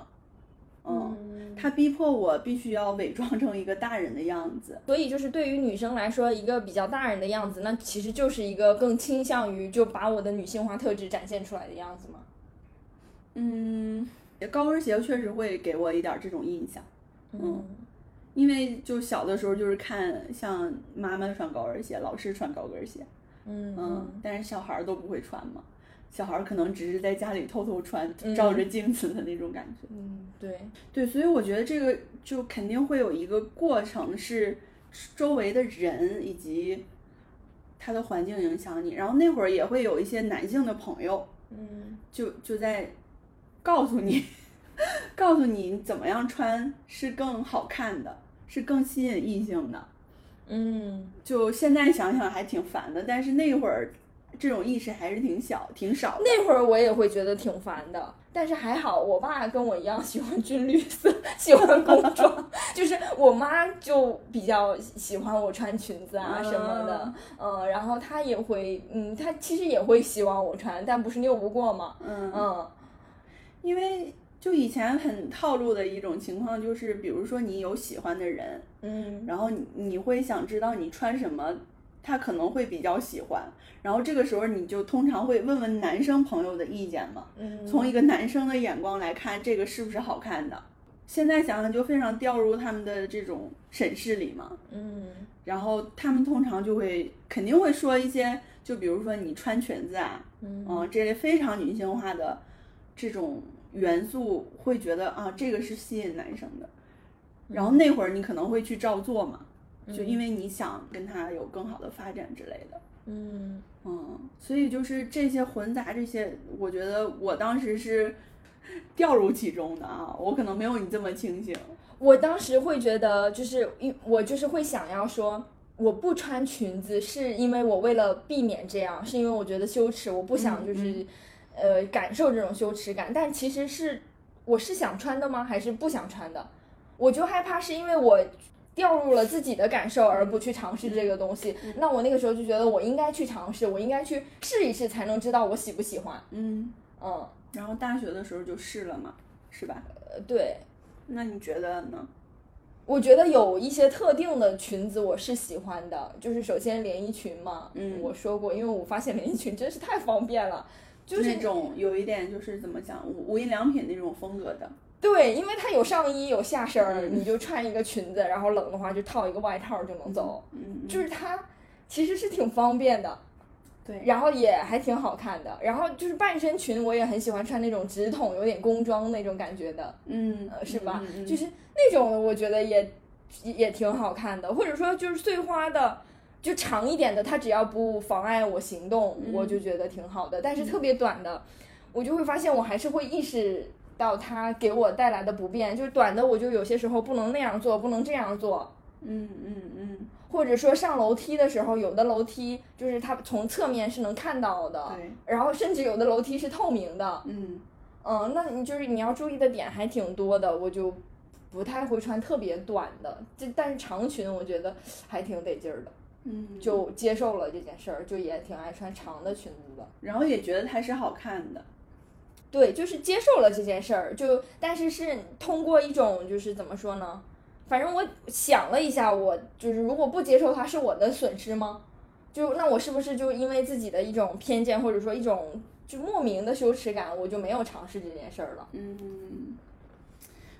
S1: 嗯，
S2: 嗯
S1: 他逼迫我必须要伪装成一个大人的样子。
S2: 所以就是对于女生来说，一个比较大人的样子，那其实就是一个更倾向于就把我的女性化特质展现出来的样子嘛。
S1: 嗯，高跟鞋确实会给我一点儿这种印象，嗯因为就小的时候就是看像妈妈穿高跟鞋，老师穿高跟鞋，
S2: 嗯
S1: 嗯，但是小孩儿都不会穿嘛，小孩儿可能只是在家里偷偷穿
S2: 嗯，
S1: 照着镜子的那种感觉。
S2: 嗯，对，
S1: 对，所以我觉得这个就肯定会有一个过程，是周围的人以及他的环境影响你。然后那会儿也会有一些男性的朋友，
S2: 嗯
S1: 就就在告诉你， 告诉你怎么样穿是更好看的，是更吸引异性的。
S2: 嗯，
S1: 就现在想想还挺烦的，但是那会儿这种意识还是挺小、挺少的。
S2: 那会儿我也会觉得挺烦的，但是还好，我爸跟我一样喜欢军绿色， 喜欢工装， 就是我妈就比较喜欢我穿裙子啊什么的，嗯，然后她也会，嗯，她其实也会希望我穿，但不是拗不过嘛，
S1: 嗯，
S2: 嗯。
S1: 因为就以前很套路的一种情况，就是比如说你有喜欢的人，
S2: 嗯，
S1: 然后你你会想知道你穿什么。他可能会比较喜欢，然后这个时候你就通常会问问男生朋友的意见嘛，
S2: 嗯
S1: 从一个男生的眼光来看，这个是不是好看的？现在想想就非常掉入他们的这种审视里嘛。
S2: 嗯
S1: 然后他们通常就会肯定会说一些，就比如说你穿裙子啊，
S2: 嗯
S1: 嗯，这类非常女性化的这种元素，会觉得啊，这个是吸引男生的。然后那会儿你可能会去照做嘛，就因为你想跟他有更好的发展之类的。
S2: 嗯
S1: 嗯，所以就是这些混杂这些，我觉得我当时是 掉入其中的啊，我可能没有你这么清醒。
S2: 我当时会觉得，就是因我就是会想要说，我不穿裙子是因为我为了避免这样，是因为我觉得羞耻，我不想就是、呃感受这种羞耻感。但其实是我是想穿的吗？还是不想穿的？我就害怕是因为我。掉入了自己的感受，而不去尝试这个东西。那我那个时候就觉得我应该去尝试，我应该去试一试，才能知道我喜不喜欢。
S1: 嗯，
S2: 嗯，
S1: 然后大学的时候就试了嘛，是吧？
S2: 呃对，
S1: 那你觉得呢？
S2: 我觉得有一些特定的裙子我是喜欢的，就是首先连衣裙嘛，
S1: 嗯
S2: 我说过，因为我发现连衣裙真是太方便了，就是
S1: 那种有一点就是怎么讲无无印良品那种风格的，
S2: 对，因为它有上衣有下身儿，
S1: 嗯
S2: 你就穿一个裙子，然后冷的话就套一个外套就能走，
S1: 嗯，
S2: 就是它其实是挺方便的。
S1: 对
S2: 然后也还挺好看的，然后就是半身裙，我也很喜欢穿那种直筒，有点工装那种感觉的，
S1: 嗯
S2: 呃，是吧？
S1: 嗯嗯嗯
S2: 就是那种我觉得也也也挺好看的，或者说就是碎花的，就长一点的，它只要不妨碍我行动，
S1: 嗯
S2: 我就觉得挺好的。但是特别短的，我就会发现我还是会意识到它给我带来的不便，就是短的我就有些时候不能那样做，不能这样做，
S1: 嗯嗯嗯，
S2: 或者说上楼梯的时候，有的楼梯就是它从侧面是能看到的，
S1: 对，
S2: 然后甚至有的楼梯是透明的。
S1: 嗯
S2: 呃嗯，那你就是你要注意的点还挺多的，我就不太会穿特别短的，这但是长裙我觉得还挺得劲儿的，
S1: 嗯，
S2: 就接受了这件事儿，就也挺爱穿长的裙子的。
S1: 然后也觉得它是好看的，
S2: 对，就是接受了这件事儿，就但是是通过一种就是怎么说呢？反正我想了一下，我就是如果不接受它是我的损失吗？就那我是不是就因为自己的一种偏见或者说一种就莫名的羞耻感，我就没有尝试这件事儿了？
S1: 嗯，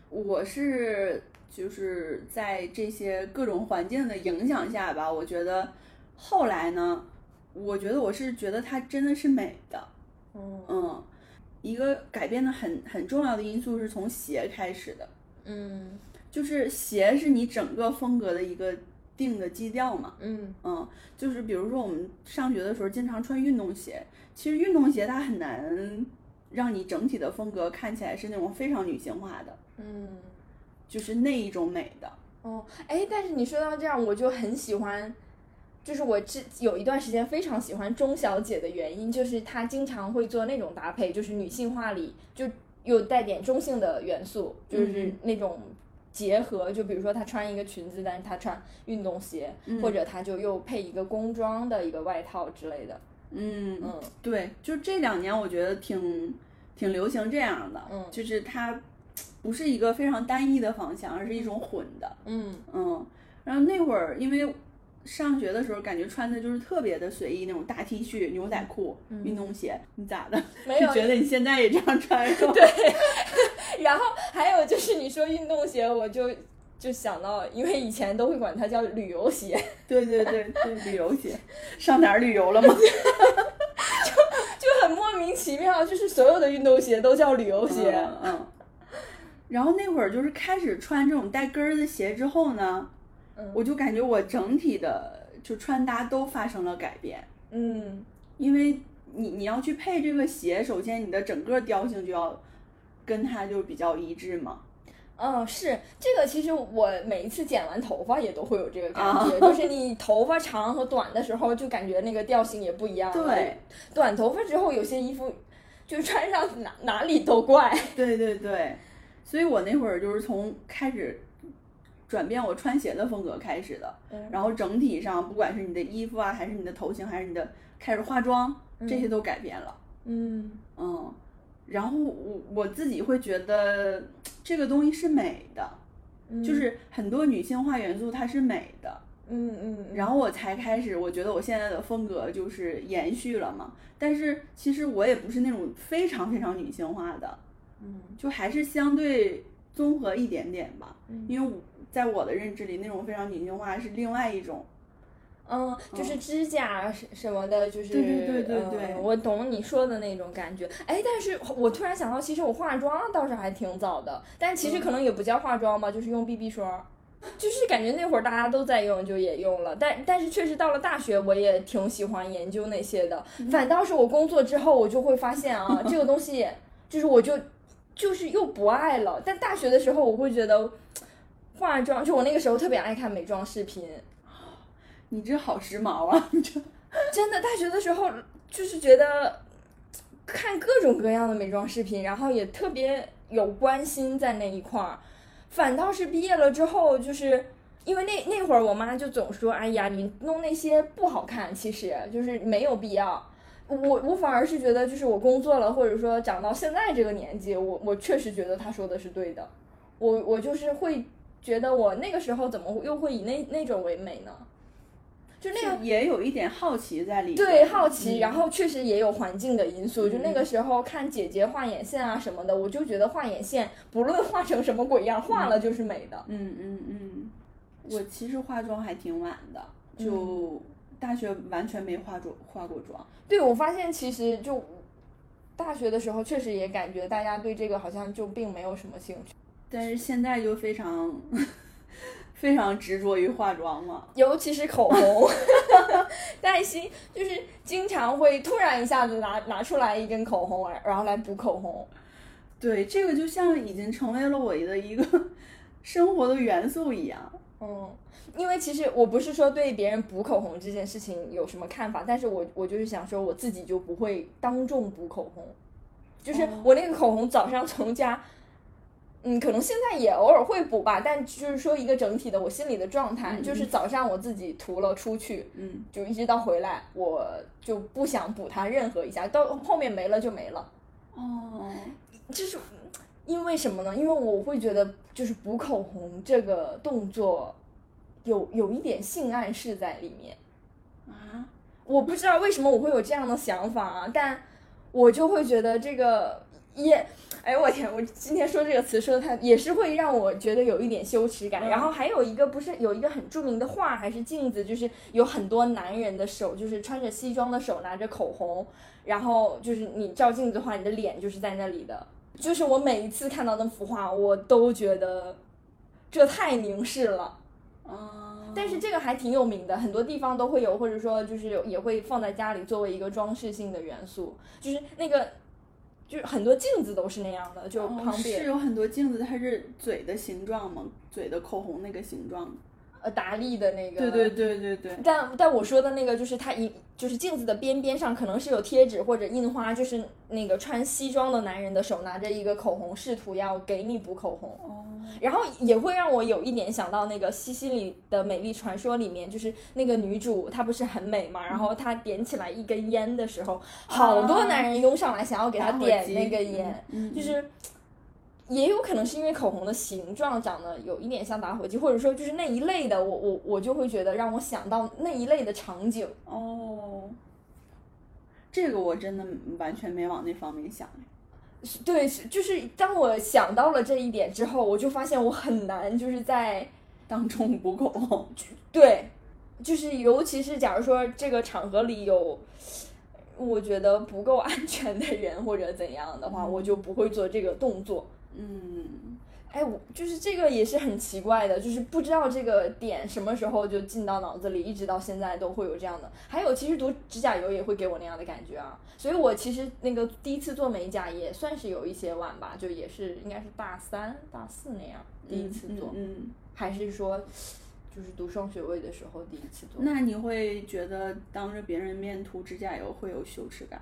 S1: 我是就是在这些各种环境的影响下吧，我觉得后来呢，我觉得我是觉得它真的是美的，
S2: 嗯
S1: 嗯，一个改变的很很重要的因素是从鞋开始的，
S2: 嗯
S1: 就是鞋是你整个风格的一个定的基调嘛，
S2: 嗯
S1: 嗯，就是比如说我们上学的时候经常穿运动鞋，其实运动鞋它很难让你整体的风格看起来是那种非常女性化的，
S2: 嗯
S1: 就是那一种美的。
S2: 哦，哎，但是你说到这样，我就很喜欢。就是我之有一段时间非常喜欢钟小姐的原因，就是她经常会做那种搭配，就是女性化里就又带点中性的元素，就是
S1: 嗯
S2: 那种结合。就比如说她穿一个裙子，但是她穿运动鞋，
S1: 嗯
S2: 或者她就又配一个工装的一个外套之类的。
S1: 嗯，
S2: 嗯
S1: 对，就这两年我觉得挺挺流行这样的，
S2: 嗯
S1: 就是它不是一个非常单一的方向，而是一种混的。
S2: 嗯
S1: 嗯，然后那会儿因为上学的时候，感觉穿的就是特别的随意，那种大 T 恤、牛仔裤、运动鞋，你咋的？
S2: 嗯 没
S1: 你
S2: 有
S1: 觉得你现在也这样穿 是吧？
S2: 然后还有就是你说运动鞋，我就就想到，因为以前都会管它叫旅游鞋，
S1: 对对对对，旅游 鞋，上哪儿旅游了吗？
S2: 就很莫名其妙，就是所有的运动鞋都叫旅游鞋。
S1: 嗯。嗯然后那会儿就是开始穿这种带跟儿的鞋之后呢，
S2: 嗯
S1: 我就感觉我整体的就穿搭都发生了改变，
S2: 嗯
S1: 因为你你要去配这个鞋，首先你的整个调性就要跟它就比较一致嘛。
S2: 嗯，是这个。其实我每一次剪完头发也都会有这个感
S1: 啊
S2: 觉，就是你头发长和短的时候，就感觉那个调性也不一样。
S1: 对，
S2: 短头发之后，有些衣服就穿上哪哪里都怪。
S1: 对对对，所以我那会儿就是从开始转变我穿鞋的风格开始的，
S2: 嗯
S1: 然后整体上不管是你的衣服啊，还是你的头型，还是你的开始化妆，这些都改变了，
S2: 嗯
S1: 嗯，然后我我自己会觉得这个东西是美的，就是很多女性化元素它是美的，
S2: 嗯嗯，
S1: 然后我才开始，我觉得我现在的风格就是延续了嘛，但是其实我也不是那种非常非常女性化的。
S2: 嗯
S1: 就还是相对综合一点点吧，
S2: 嗯
S1: 因为我在我的认知里，那种非常女性化是另外一种，
S2: 嗯，就是指甲啊什什么的，就是
S1: 对对对对对
S2: 嗯我懂你说的那种感觉。哎，但是我突然想到，其实我化妆倒是还挺早的，但其实
S1: 嗯
S2: 可能也不叫化妆吧，就是用 BB 霜， 就是感觉那会儿大家都在用，就也用了。但但是确实到了大学，我也挺喜欢研究那些的。
S1: 嗯
S2: 反倒是我工作之后，我就会发 现啊，这个东西就是我就就是又不爱了。但大学的时候，我会觉得化妆，就我那个时候特别爱看美妆视频。
S1: 你这好时髦啊！你这
S2: 真的，大学的时候就是觉得看各种各样的美妆视频，然后也特别有关心在那一块儿。反倒是毕业了之后，就是因为那那会儿我妈就总说：“哎呀，你弄那些不好看，其实就是没有必要。”我我反而是觉得，就是我工作了，或者说长到现在这个年纪，我我确实觉得她说的是对的。我我就是会觉得，我那个时候怎么又会以那那种为美呢？就 那个
S1: 是也有一点好奇在里面，
S2: 对，好奇，
S1: 嗯
S2: 然后确实也有环境的因素。就那个时候看姐姐画眼线啊什么的，我就觉得画眼线不论画成什么鬼样，画了就是美的。
S1: 嗯嗯嗯，我其实化妆还挺晚的，就大学完全没化妆化过妆。
S2: 对，我发现其实就大学的时候，确实也感觉大家对这个好像就并没有什么兴趣。
S1: 但是现在就非常非常执着于化妆了。
S2: 尤其是口红， 黛西就是经常会突然一下子拿拿出来一根口红，然后来补口红。
S1: 对，这个就像已经成为了我的一个 生活的元素一样。
S2: 嗯，因为其实我不是说对别人补口红这件事情有什么看法，但是我我就是想说，我自己就不会当众补口红，就是
S1: 哦
S2: 我那个口红早上从家，嗯，可能现在也偶尔会补吧，但就是说一个整体的我心里的状态，
S1: 嗯
S2: 就是早上我自己涂了出去，
S1: 嗯，
S2: 就一直到回来，我就不想补它任何一下，到后面没了就没了。
S1: 哦，
S2: 就是因为什么呢？因为我会觉得，就是补口红这个动作有有一点性暗示在里面。
S1: 啊，
S2: 我不知道为什么我会有这样的想法啊，但我就会觉得这个也，哎我天，我今天说这个词说的太，也是会让我觉得有一点羞耻感。
S1: 嗯
S2: 然后还有一个不是有一个很著名的画还是镜子，就是有很多男人的手，就是穿着西装的手拿着口红，然后就是你照镜子的话，你的脸就是在那里的。就是我每一次看到那幅画，我都觉得这太凝视了。
S1: 哦，
S2: 但是这个还挺有名的，很多地方都会有，或者说就是有也会放在家里作为一个装饰性的元素，就是那个，就是很多镜子都是那样的，就
S1: 哦
S2: 旁
S1: 是
S2: 边、
S1: 有很多镜子，它是嘴的形状吗？嘴的口红那个形状吗？
S2: 呃达利的那个，
S1: 对对。对对对，
S2: 但但我说的那个就是它一就是镜子的边边上可能是有贴纸或者印花，就是那个穿西装的男人的手拿着一个口红，试图要给你补口红。
S1: 哦，
S2: 然后也会让我有一点想到那个西西里的美丽传说里面，就是那个女主她不是很美嘛，然
S1: 嗯
S2: 后她点起来一根烟的时候，好
S1: 哦
S2: 多男人拥上来想要给她点那个烟，，
S1: 嗯，嗯
S2: 就是也有可能是因为口红的形状长得有一点像打火机，或者说就是那一类的，我我我就会觉得让我想到那一类的场景。
S1: 哦，这个我真的完全没往那方面想。
S2: 对，是就是当我想到了这一点之后，我就发现我很难就是在。
S1: 当众补口红，
S2: 对，就是尤其是假如说这个场合里有我觉得不够安全的人或者怎样的话，我就不会做这个动作。
S1: 嗯，
S2: 哎，我就是这个也是很奇怪的，就是不知道这个点什么时候就进到脑子里，一直到现在都会有这样的。还有，其实涂指甲油也会给我那样的感觉啊，所以我其实那个第一次做美甲也算是有一些晚吧，就也是应该是大三、大四那样第一次做，
S1: 嗯，嗯
S2: 还是说就是读双学位的时候第一次做？
S1: 那你会觉得当着别人面涂指甲油会有羞耻感？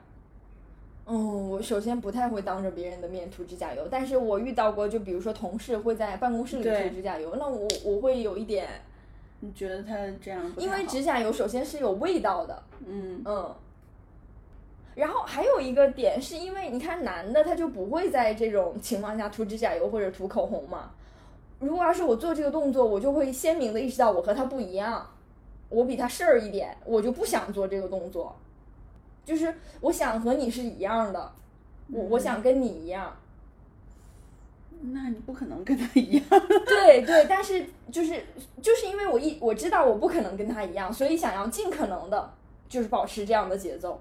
S2: 嗯，我首先不太会当着别人的面涂指甲油，但是我遇到过，就比如说同事会在办公室里
S1: 对
S2: 涂指甲油，那我我会有一点，
S1: 你觉得他这样不太
S2: 因为
S1: 好
S2: 指甲油首先是有味道的，
S1: 嗯
S2: 嗯，然后还有一个点是因为你看男的他就不会在这种情况下涂指甲油或者涂口红嘛，如果要是我做这个动作，我就会鲜明的意识到我和他不一样，我比他事儿一点，我就不想做这个动作，就是我想和你是一样的。我
S1: 嗯
S2: 我想跟你一样，
S1: 那你不可能跟他一样。
S2: 对对，但是就是就是因为我一我知道我不可能跟他一样，所以想要尽可能的，就是保持这样的节奏。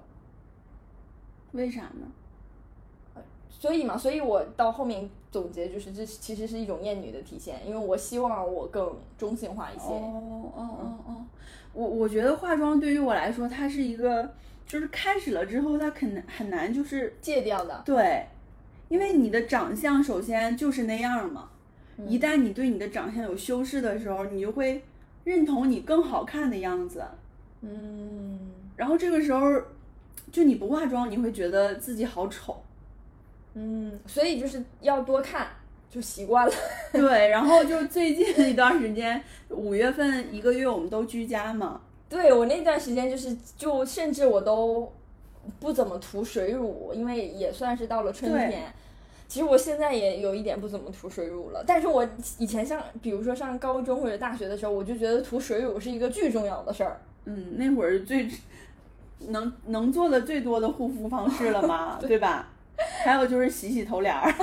S1: 为啥呢？
S2: 所以嘛，所以我到后面总结就是，这其实是一种厌女的体现，因为我希望我更中性化一些。嗯
S1: 哦哦哦哦，我我觉得化妆对于我来说，它是一个，就是开始了之后，它很难很难就是
S2: 戒掉的，
S1: 对，因为你的长相首先就是那样嘛。
S2: 嗯
S1: 一旦你对你的长相有修饰的时候，你就会认同你更好看的样子。
S2: 嗯
S1: 然后这个时候，就你不化妆，你会觉得自己好丑。
S2: 嗯，所以就是要多看，就习惯了。
S1: 对，然后就最近一段时间，五月份一个月我们都居家嘛，
S2: 对我那段时间就是，就甚至我都不怎么涂水乳，因为也算是到了春
S1: 对
S2: 天。其实我现在也有一点不怎么涂水乳了，但是我以前上，比如说上高中或者大学的时候，我就觉得涂水乳是一个巨重要的事儿。
S1: 嗯，那会儿最能能做的最多的 护肤方式了嘛，对吧？还有就是洗洗头脸儿，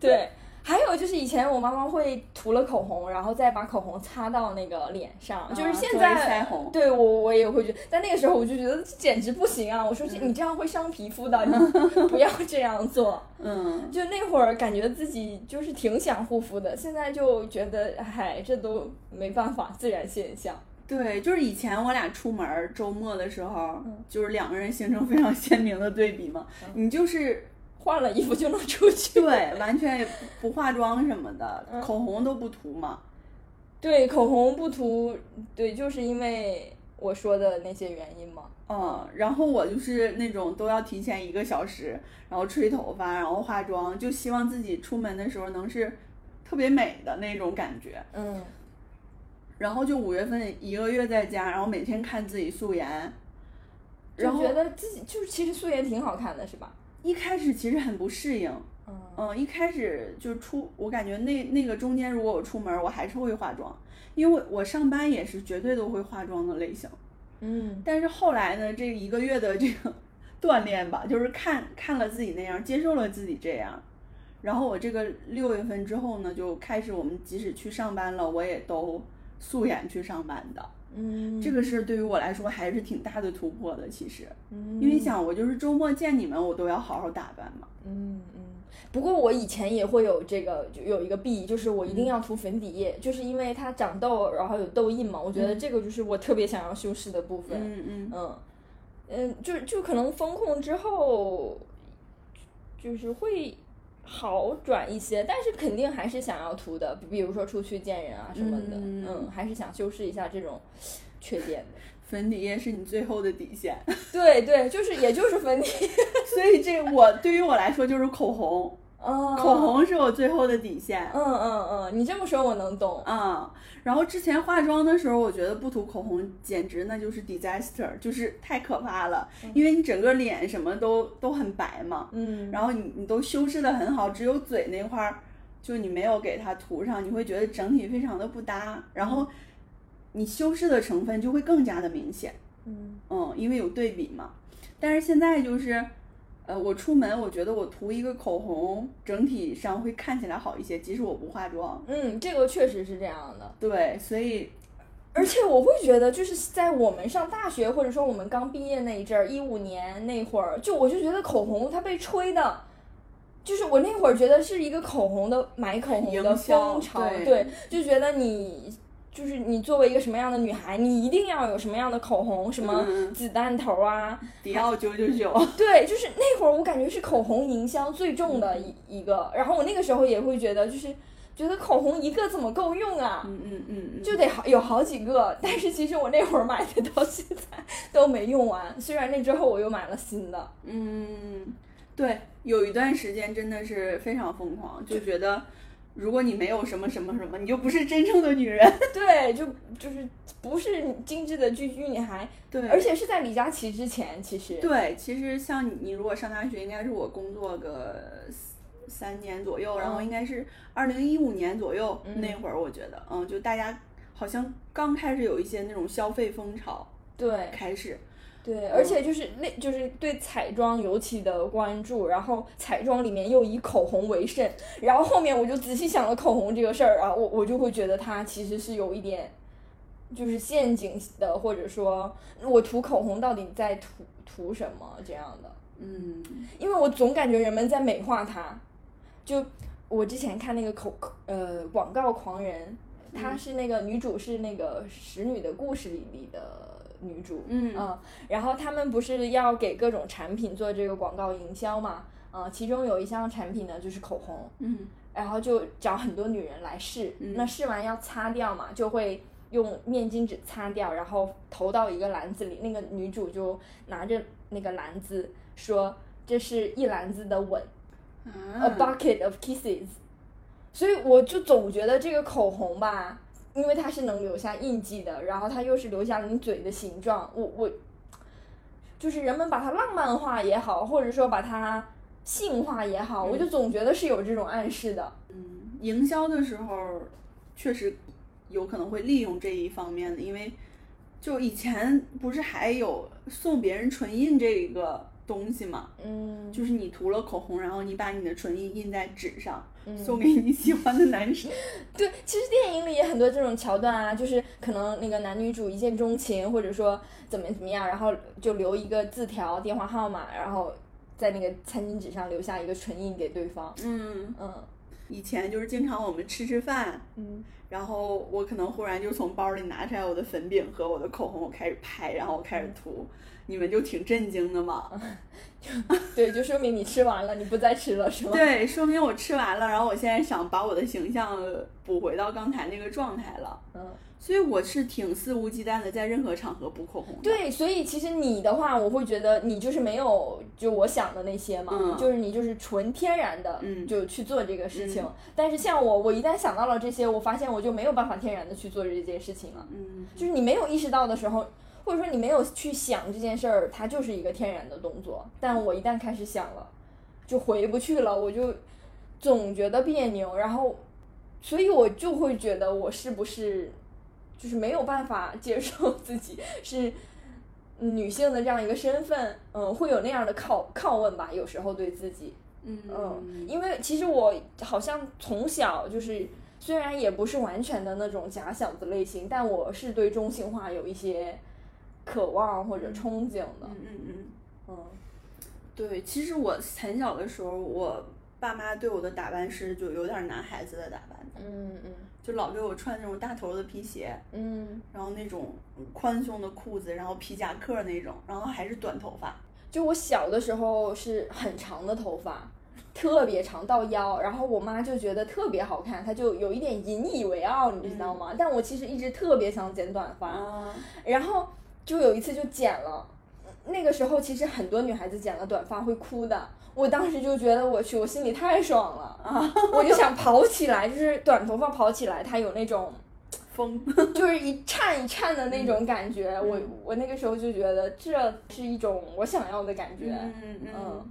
S2: 对，还有就是以前我妈妈会涂了口红，然后再把口红擦到那个脸
S1: 啊
S2: 上， 就是现在、
S1: 作为腮红
S2: 对我我也会觉得，但那个时候我就觉得这简直不行啊！我说这你这样会伤皮肤的，你不要这样做。
S1: 嗯，
S2: 就那会儿感觉自己就是挺想护肤的，现在就觉得哎，这都没办法，自然现象。
S1: 对，就是以前我俩出门儿周末的时候，
S2: 嗯
S1: 就是两个人形成非常鲜明的对比嘛。你 就是
S2: 换了衣服就能出去。
S1: 对，完全也不化妆什么的，
S2: 嗯
S1: 口红都不涂嘛。
S2: 对，口红不涂，对，就是因为我说的那些原因嘛。
S1: 嗯，然后我就是那种都要提前一个小时，然后吹头发，然后化妆，就希望自己出门的时候能是特别美的那种感觉。
S2: 嗯，
S1: 然后就五月份一个月在家，然后每天看自己素颜，
S2: 就
S1: 然后
S2: 觉得自己就是其实素颜挺好看的，是吧？
S1: 一开始其实很不适应，
S2: 嗯
S1: 嗯，一开始就出，我感觉那那个中间如果我出门，我还是会化妆，因为我我上班也是绝对都会化妆的类型。
S2: 嗯
S1: 但是后来呢，这一个月的这个 锻炼吧，就是看看了自己那样，接受了自己这样，然后我这个六月份之后呢，就开始我们即使去上班了，我也都素颜去上班的。
S2: 嗯，
S1: 这个是对于我来说还是挺大的突破的，其实，
S2: 因
S1: 因为想我就是周末见你们，我都要好好打扮嘛。
S2: 嗯嗯，不过我以前也会有这个，就有一个弊，就是我一定要涂粉底液，就是因为它长痘，然后有痘印嘛。我觉得这个就是我特别想要修饰的部分。
S1: 嗯嗯，
S2: 嗯嗯，就就可能风控之后，就是会好转一些，但是肯定还是想要涂的，比比如说出去见人啊什么的，嗯
S1: 嗯
S2: 还是想修饰一下这种缺点的。
S1: 粉底液是你最后的底线，
S2: 对对，就是也就是粉底，
S1: 所以这我对于我来说就是口红，
S2: 哦，
S1: 口，红是我最后的底线。
S2: 嗯嗯嗯，你这么说我能懂。
S1: 啊、然后之前化妆的时候，我觉得不涂口红简直那就是 disaster，就是太可怕了，因为你整个脸什么都都很白嘛，
S2: 嗯，
S1: 然后你你都修饰的很好，只有嘴那块儿，就你没有给它涂上，你会觉得整体非常的不搭，然后你修饰的成分就会更加的明显，
S2: 嗯。
S1: 嗯，因为有对比嘛。但是现在就是，呃，我出门我觉得我涂一个口红，整体上会看起来好一些，即使我不化妆。
S2: 嗯，这个确实是这样的，
S1: 对，所以
S2: 而且我会觉得，就是在我们上大学，或者说我们刚毕业那一阵儿，一五年那会儿，就我就觉得口红它被吹的，就是我那会儿觉得是一个口红的买口红的
S1: 营销
S2: 风潮，
S1: 对
S2: 对，就觉得你就是你作为一个什么样的女孩，你一定要有什么样的口红，什么
S1: 嗯
S2: 子弹头啊，
S1: 迪奥九九九，
S2: 对，就是那会儿我感觉是口红营销最重的
S1: 嗯
S2: 一一个，然后我那个时候也会觉得，就是觉得口红一个怎么够用啊？
S1: 嗯嗯嗯嗯，
S2: 就得好有好几个，但是其实我那会儿买的到现在都没用完， 虽然那之后我又买了新的，
S1: 嗯，对，有一段时间真的是非常疯狂，就觉得如果你没有什么什么什么，你就不是真正的女人。
S2: 对，就就是不是精致的居居女孩，
S1: 对
S2: 而且是在李佳琦之前，其实
S1: 对，其实像你，你如果上大学，应该是我工作个三三年左右，然后
S2: 嗯
S1: 应该是二零一五年左右、
S2: 嗯
S1: 那会儿，我觉得，嗯，就大家好像刚开始有一些那种消费风潮
S2: 对
S1: 开始，
S2: 对，而且就是那就是对彩妆尤其的关注，然后彩妆里面又以口红为甚，然后后面我就仔细想了口红这个事儿，然后我我就会觉得它其实是有一点就是陷阱的，或者说我涂口红到底在涂涂什么这样的，
S1: 嗯
S2: 因为我总感觉人们在美化它，就我之前看那个口呃广告狂人，她是那个女主是那个《使女的故事》里里的女主，
S1: 嗯
S2: 嗯，然后他们不是要给各种产品做这个广告营销嘛？啊、其中有一项产品呢就是口红，
S1: 嗯
S2: 然后就找很多女人来试，
S1: 嗯
S2: 那试完要擦掉嘛，就会用面巾纸擦掉，然后投到一个篮子里。那个女主就拿着那个篮子说：“这是一篮子的吻、a
S1: 啊，
S2: bucket of kisses。”所以我就总觉得这个口红吧，因为它是能留下印记的，然后它又是留下了你嘴的形状，我我就是人们把它浪漫化也好，或者说把它性化也好，我就总觉得是有这种暗示的。
S1: 嗯，营销的时候确实有可能会利用这一方面的，因为就以前不是还有送别人唇印这一个东西嘛，
S2: 嗯，
S1: 就是你涂了口红，然后你把你的唇印印在纸上，
S2: 嗯
S1: 送给你喜欢的男生。
S2: 对，其实电影里也很多这种桥段啊，就是可能那个男女主一见钟情，或者说怎么怎么样，然后就留一个字条、电话号码，然后在那个餐巾纸上留下一个唇印给对方。
S1: 嗯，
S2: 嗯
S1: 以前就是经常我们吃吃饭，
S2: 嗯，
S1: 然后我可能忽然就从包里拿出来我的粉饼和我的口红，我开始拍，然后我开始涂，你们就挺震惊的嘛。
S2: 对，就说明你吃完了，你不再吃了，是吗？
S1: 对，说明我吃完了，然后我现在想把我的形象补回到刚才那个状态了。
S2: 嗯，
S1: 所以我是挺肆无忌惮的，在任何场合补口红的。
S2: 对，所以其实你的话，我会觉得你就是没有就我想的那些嘛，
S1: 嗯
S2: 就是你就是纯天然的，
S1: 嗯
S2: 就去做这个事情。
S1: 嗯
S2: 但是像我，我一旦想到了这些，我发现我就没有办法天然的去做这件事情了。
S1: 嗯，
S2: 就是你没有意识到的时候，或者说你没有去想这件事儿，它就是一个天然的动作。但我一旦开始想了，就回不去了，我就总觉得别扭，然后，所以我就会觉得我是不是就是没有办法接受自己是女性的这样一个身份，嗯，会有那样的拷拷问吧，有时候对自己，嗯，
S1: 嗯，
S2: 因为其实我好像从小就是，虽然也不是完全的那种假小子类型，但我是对中性化有一些渴望或者憧憬的
S1: 嗯。嗯嗯，
S2: 嗯
S1: 对，其实我很小的时候，我爸妈对我的打扮是就有点男孩子的打扮的，
S2: 嗯嗯
S1: 就老给我穿那种大头的皮鞋，
S2: 嗯，
S1: 然后那种宽松的裤子，然后皮夹克那种，然后还是短头发。
S2: 就我小的时候是很长的头发，特别长到腰，然后我妈就觉得特别好看，她就有一点引以为傲，你知道吗？但我其实一直特别想剪短发。
S1: 啊，
S2: 然后就有一次就剪了，那个时候其实很多女孩子剪了短发会哭的。我当时就觉得我去，我心里太爽了啊！我就想跑起来，就是短头发跑起来，它有那种
S1: 风，
S2: 就是一颤一颤的那种感觉。我我那个时候就觉得这是一种我想要的感觉。
S1: 嗯嗯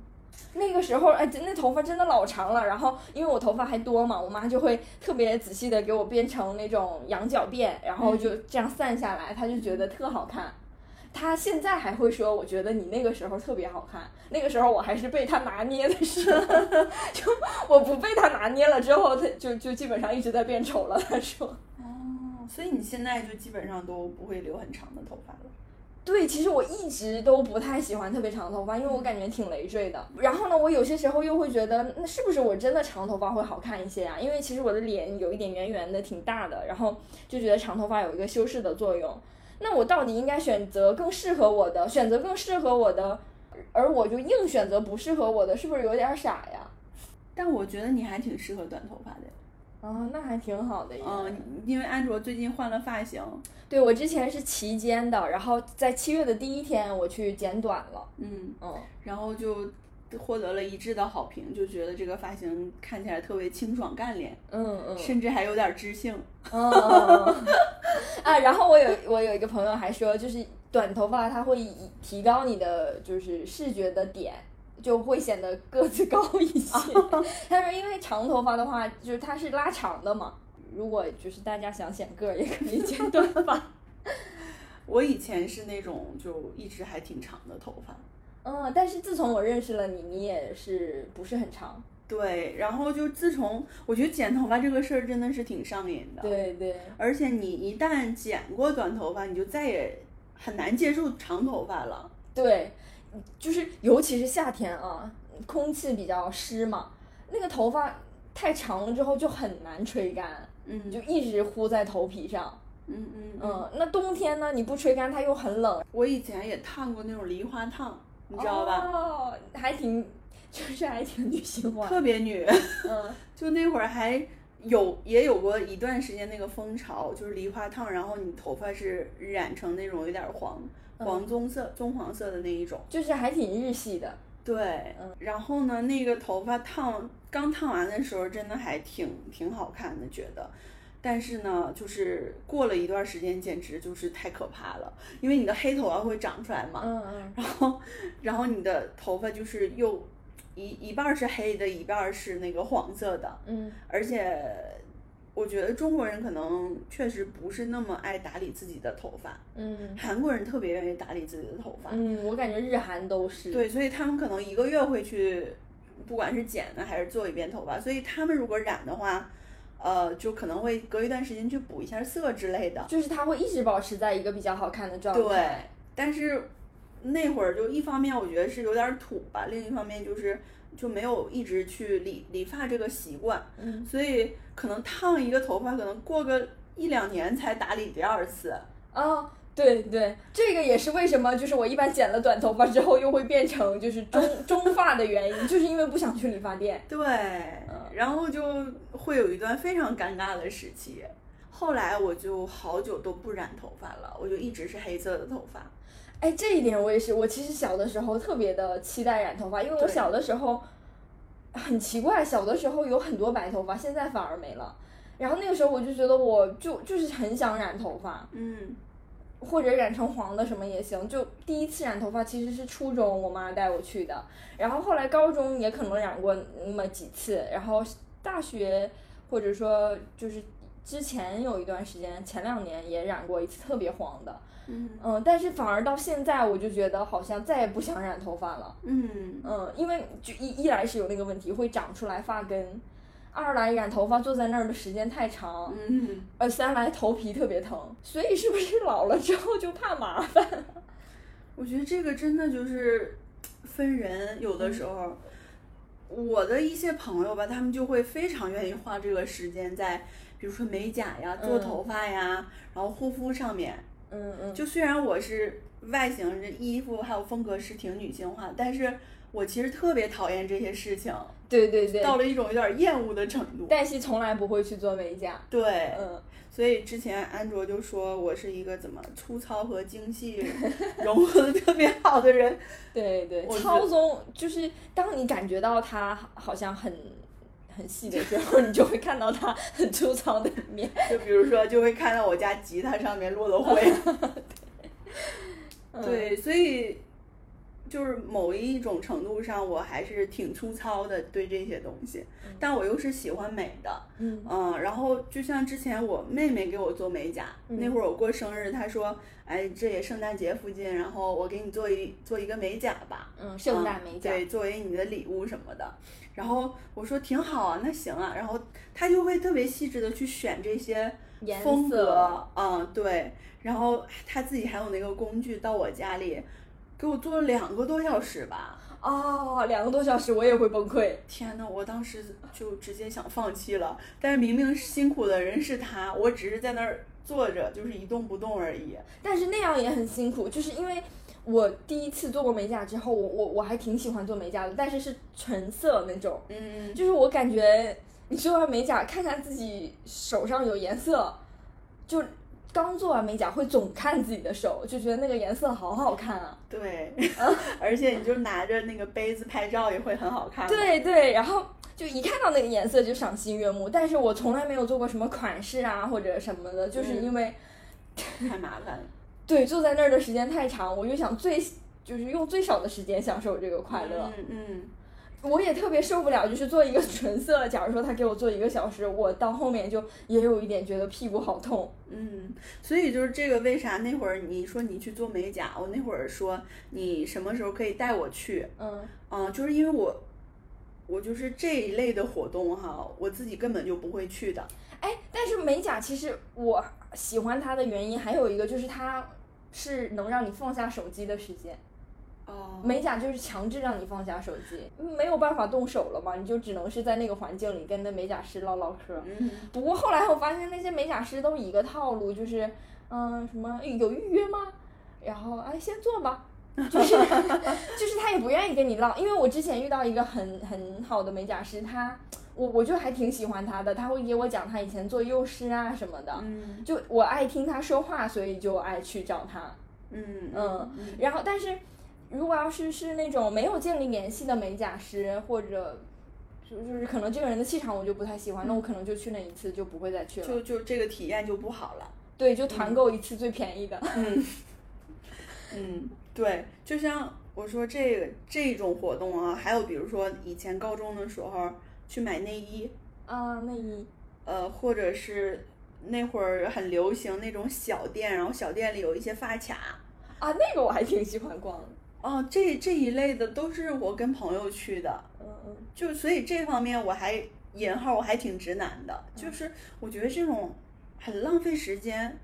S2: 那个时候，哎，真那头发真的老长了。然后因为我头发还多嘛，我妈就会特别仔细的给我编成那种羊角辫，然后就这样散下来，她就觉得特好看。她现在还会说，我觉得你那个时候特别好看。那个时候我还是被她拿捏的时候，就我不被她拿捏了之后，她就就基本上一直在变丑了。她说。
S1: 嗯，哦，所以你现在就基本上都不会留很长的头发了。
S2: 对，其实我一直都不太喜欢特别长的头发，因为我感觉挺累赘的。然后呢，我有些时候又会觉得，那是不是我真的长头发会好看一些啊？因为其实我的脸有一点圆圆的，挺大的，然后就觉得长头发有一个修饰的作用。那我到底应该选择更适合我的，选择更适合我的，而我就硬选择不适合我的，是不是有点傻呀？
S1: 但我觉得你还挺适合短头发的。
S2: 啊，那还挺好的呀。
S1: 嗯，因为安卓最近换了发型，
S2: 对我之前是齐肩的，然后在七月的第一天我去剪短了，
S1: 嗯，
S2: 嗯。
S1: 然后就获得了一致的好评，就觉得这个发型看起来特别清爽干练，
S2: 嗯嗯，
S1: 甚至还有点知性。
S2: 嗯，啊，然后我有我有一个朋友还说，就是短头发它会以提高你的就是视觉的点，就会显得个子高一 些。他说，因为长头发的话，就是它是拉长的嘛，如果就是大家想显个儿，也可以剪短 发。
S1: 我以前是那种就一直还挺长的头发，
S2: 嗯，但是自从我认识了你，你也是不是很长？
S1: 对，然后就自从我觉得剪头发这个事儿真的是挺上瘾的，，
S2: 对对，
S1: 而且你一旦剪过短头发，你就再也很难接受长头发了。
S2: 对，就是尤其是夏天啊，空气比较湿嘛，那个头发太长了之后就很难吹干，
S1: 嗯
S2: 你就一直糊在头皮上。
S1: 嗯嗯嗯，
S2: 嗯，那冬天呢，你不吹干它又很冷，
S1: 我以前也烫过那种梨花烫，你知道吧？
S2: 哦，还挺， 就是还挺女性 化。
S1: 特别女。
S2: 嗯
S1: 就那会儿还有也有过一段时间那个风潮，就是梨花烫，然后你头发是染成那种有点黄黄棕色、棕黄色的那一种。
S2: 就是还挺日系的，
S1: 对，然后呢，那个头发烫刚烫完的时候，真的还挺挺好看的，觉得。但是呢，就是过了一段时间，简直就是太可怕了，因为你的黑头发会长出来嘛，
S2: 嗯嗯，
S1: 然后， 然后你的头发就是又一一半儿是黑的，一半儿是那个黄色的，
S2: 嗯，
S1: 而且我觉得中国人可能确实不是那么爱打理自己的头发，
S2: 嗯
S1: 韩国人特别愿意打理自己的头发，
S2: 嗯，我感觉日韩都是，
S1: 对，所以他们可能一个月会去，不管是剪呢还是做一遍头发，所以他们如果染的话，呃，就可能会隔一段时间去补一下色之类的。
S2: 就是他会一直保持在一个比较好看的状
S1: 对
S2: 态。，
S1: 但是那会儿就一方面我觉得是有点土吧，另一方面就是就没有一直去理理发这个习惯，
S2: 对，嗯，
S1: 所以可能烫一个头发可能过个一两年才打理第二次。
S2: 哦，对对，这个也是为什么，就是我一般剪了短头发之后又会变成就是中 中发的原因，就是因为不想去理发店。
S1: 对，
S2: 嗯
S1: 然后就会有一段非常尴尬的时期。后来我就好久都不染头发了，我就一直是黑色的头发。
S2: 哎，这一点我也是，我其实小的时候特别的期待染头发，因为我
S1: 对
S2: 小的时候很奇怪，小的时候有很多白头发，现在反而没了。然后那个时候我就觉得，我就就是很想染头发，
S1: 嗯，
S2: 或者染成黄的什么也行。就第一次染头发其实是初中，我妈带我去的，然后后来高中也可能染过那么几次，然后大学或者说就是之前有一段时间，前两年也染过一次特别黄的，
S1: 嗯
S2: 嗯，但是反而到现在我就觉得好像再也不想染头发了，
S1: 嗯，
S2: 嗯，因为就一一来是有那个问题会长出来发根。二来染头发坐在那儿的时间太长，
S1: 嗯，
S2: 呃，三来头皮特别疼，所以是不是老了之后就怕麻烦？
S1: 我觉得这个真的就是分人，有
S2: 嗯
S1: 的时候。我的一些朋友吧，他们就会非常愿意花这个时间在，比如说美甲呀、做
S2: 嗯
S1: 头发呀，然后护肤上面。
S2: 嗯嗯，
S1: 就虽然我是外形、这衣服还有风格是挺女性化，但是我其实特别讨厌这些事情，
S2: 对对对，
S1: 到了一种有点厌恶的程度。
S2: 黛西从来不会去做美甲。
S1: 对，
S2: 嗯，
S1: 所以之前安卓就说我是一个怎么粗糙和精细融合的特别好的人。
S2: 对对，
S1: 我觉
S2: 操纵就是当你感觉到它好像很很细的时候，你就会看到它很粗糙的一面。
S1: 就比如说，就会看到我家吉他上面落了灰。
S2: 嗯，
S1: 对，所以就是某一种程度上，我还是挺粗糙的对这些东西，但我又是喜欢美的。
S2: 嗯
S1: 嗯，然后就像之前我妹妹给我做美甲，
S2: 嗯
S1: 那会儿我过生日，她说，哎，这也圣诞节附近，然后我给你做一做一个美甲吧，
S2: 嗯，盛大美甲。
S1: 啊对，作为你的礼物什么的。然后我说挺好啊，那行啊。然后她就会特别细致的去选这些
S2: 颜
S1: 风
S2: 色
S1: 格，嗯，对。然后她自己还有那个工具到我家里，给我做了两个多小时吧。
S2: 哦，两个多小时我也会崩溃。
S1: 天呐，我当时就直接想放弃了，但是明明辛苦的人是他，我只是在那儿坐着，就是一动不动而已。
S2: 但是那样也很辛苦，就是因为我第一次做过美甲之后，我我我还挺喜欢做美甲的，但是是纯色那种。
S1: 嗯，
S2: 就是我感觉你做完美甲，看看自己手上有颜色，就刚做完美甲会总看自己的手，就觉得那个颜色好好看啊。
S1: 对， 而且你就拿着那个杯子拍照也会很好看。，
S2: 对对，然后就一看到那个颜色就赏心悦目，但是我从来没有做过什么款式啊或者什么的，就是
S1: 嗯
S2: 因为、
S1: 太麻烦了。
S2: 对坐在那儿的时间太长，我就想最。就是用最少的时间享受这个快乐，
S1: 嗯嗯，
S2: 我也特别受不了。就是做一个纯色，假如说他给我做一个小时，我到后面就也有一点觉得屁股好痛。
S1: 嗯，所以就是这个，为啥那会儿你说你去做美甲，我那会儿说你什么时候可以带我去？
S2: 嗯，
S1: 嗯，就是因为我，我就是这一类的活动哈，我自己根本就不会去的。
S2: 哎，但是美甲其实我喜欢它的原因还有一个就是它是能让你放下手机的时间。
S1: 哦
S2: 美甲就是强制让你放下手机，没有办法动手了嘛，你就只能是在那个环境里跟那美甲师唠唠嗑。
S1: 嗯。
S2: 不过后来我发现那些美甲师都一个套路，就是嗯、什么有预约吗？然后哎先做吧，就是 就是他也不愿意跟你唠，因为我之前遇到一个很很好的美甲师，他我我就还挺喜欢他的，他会给我讲他以前做幼师啊什么的，
S1: 嗯
S2: 就我爱听他说话，所以就爱去找他。
S1: 嗯
S2: 嗯
S1: 嗯，
S2: 然后，但是如果要是是那种没有建立联系的美甲师，或者就就是可能这个人的气场我就不太喜欢，那我可能就去那一次就不会再去了。
S1: 就就这个体验就不好了。
S2: 对，就团购一次最便宜的。
S1: 嗯嗯， 对，就像我说这个这种活动啊，还有比如说以前高中的时候去买内衣，
S2: 啊，内衣，
S1: 呃，或者是那会儿很流行那种小店，然后小店里有一些发卡，
S2: 啊， 那个我还挺喜欢逛的。
S1: 哦，这这一类的都是我跟朋友去的，
S2: 嗯嗯，
S1: 就所以这方面我还引号我还挺直男的，就是我觉得这种很浪费时间，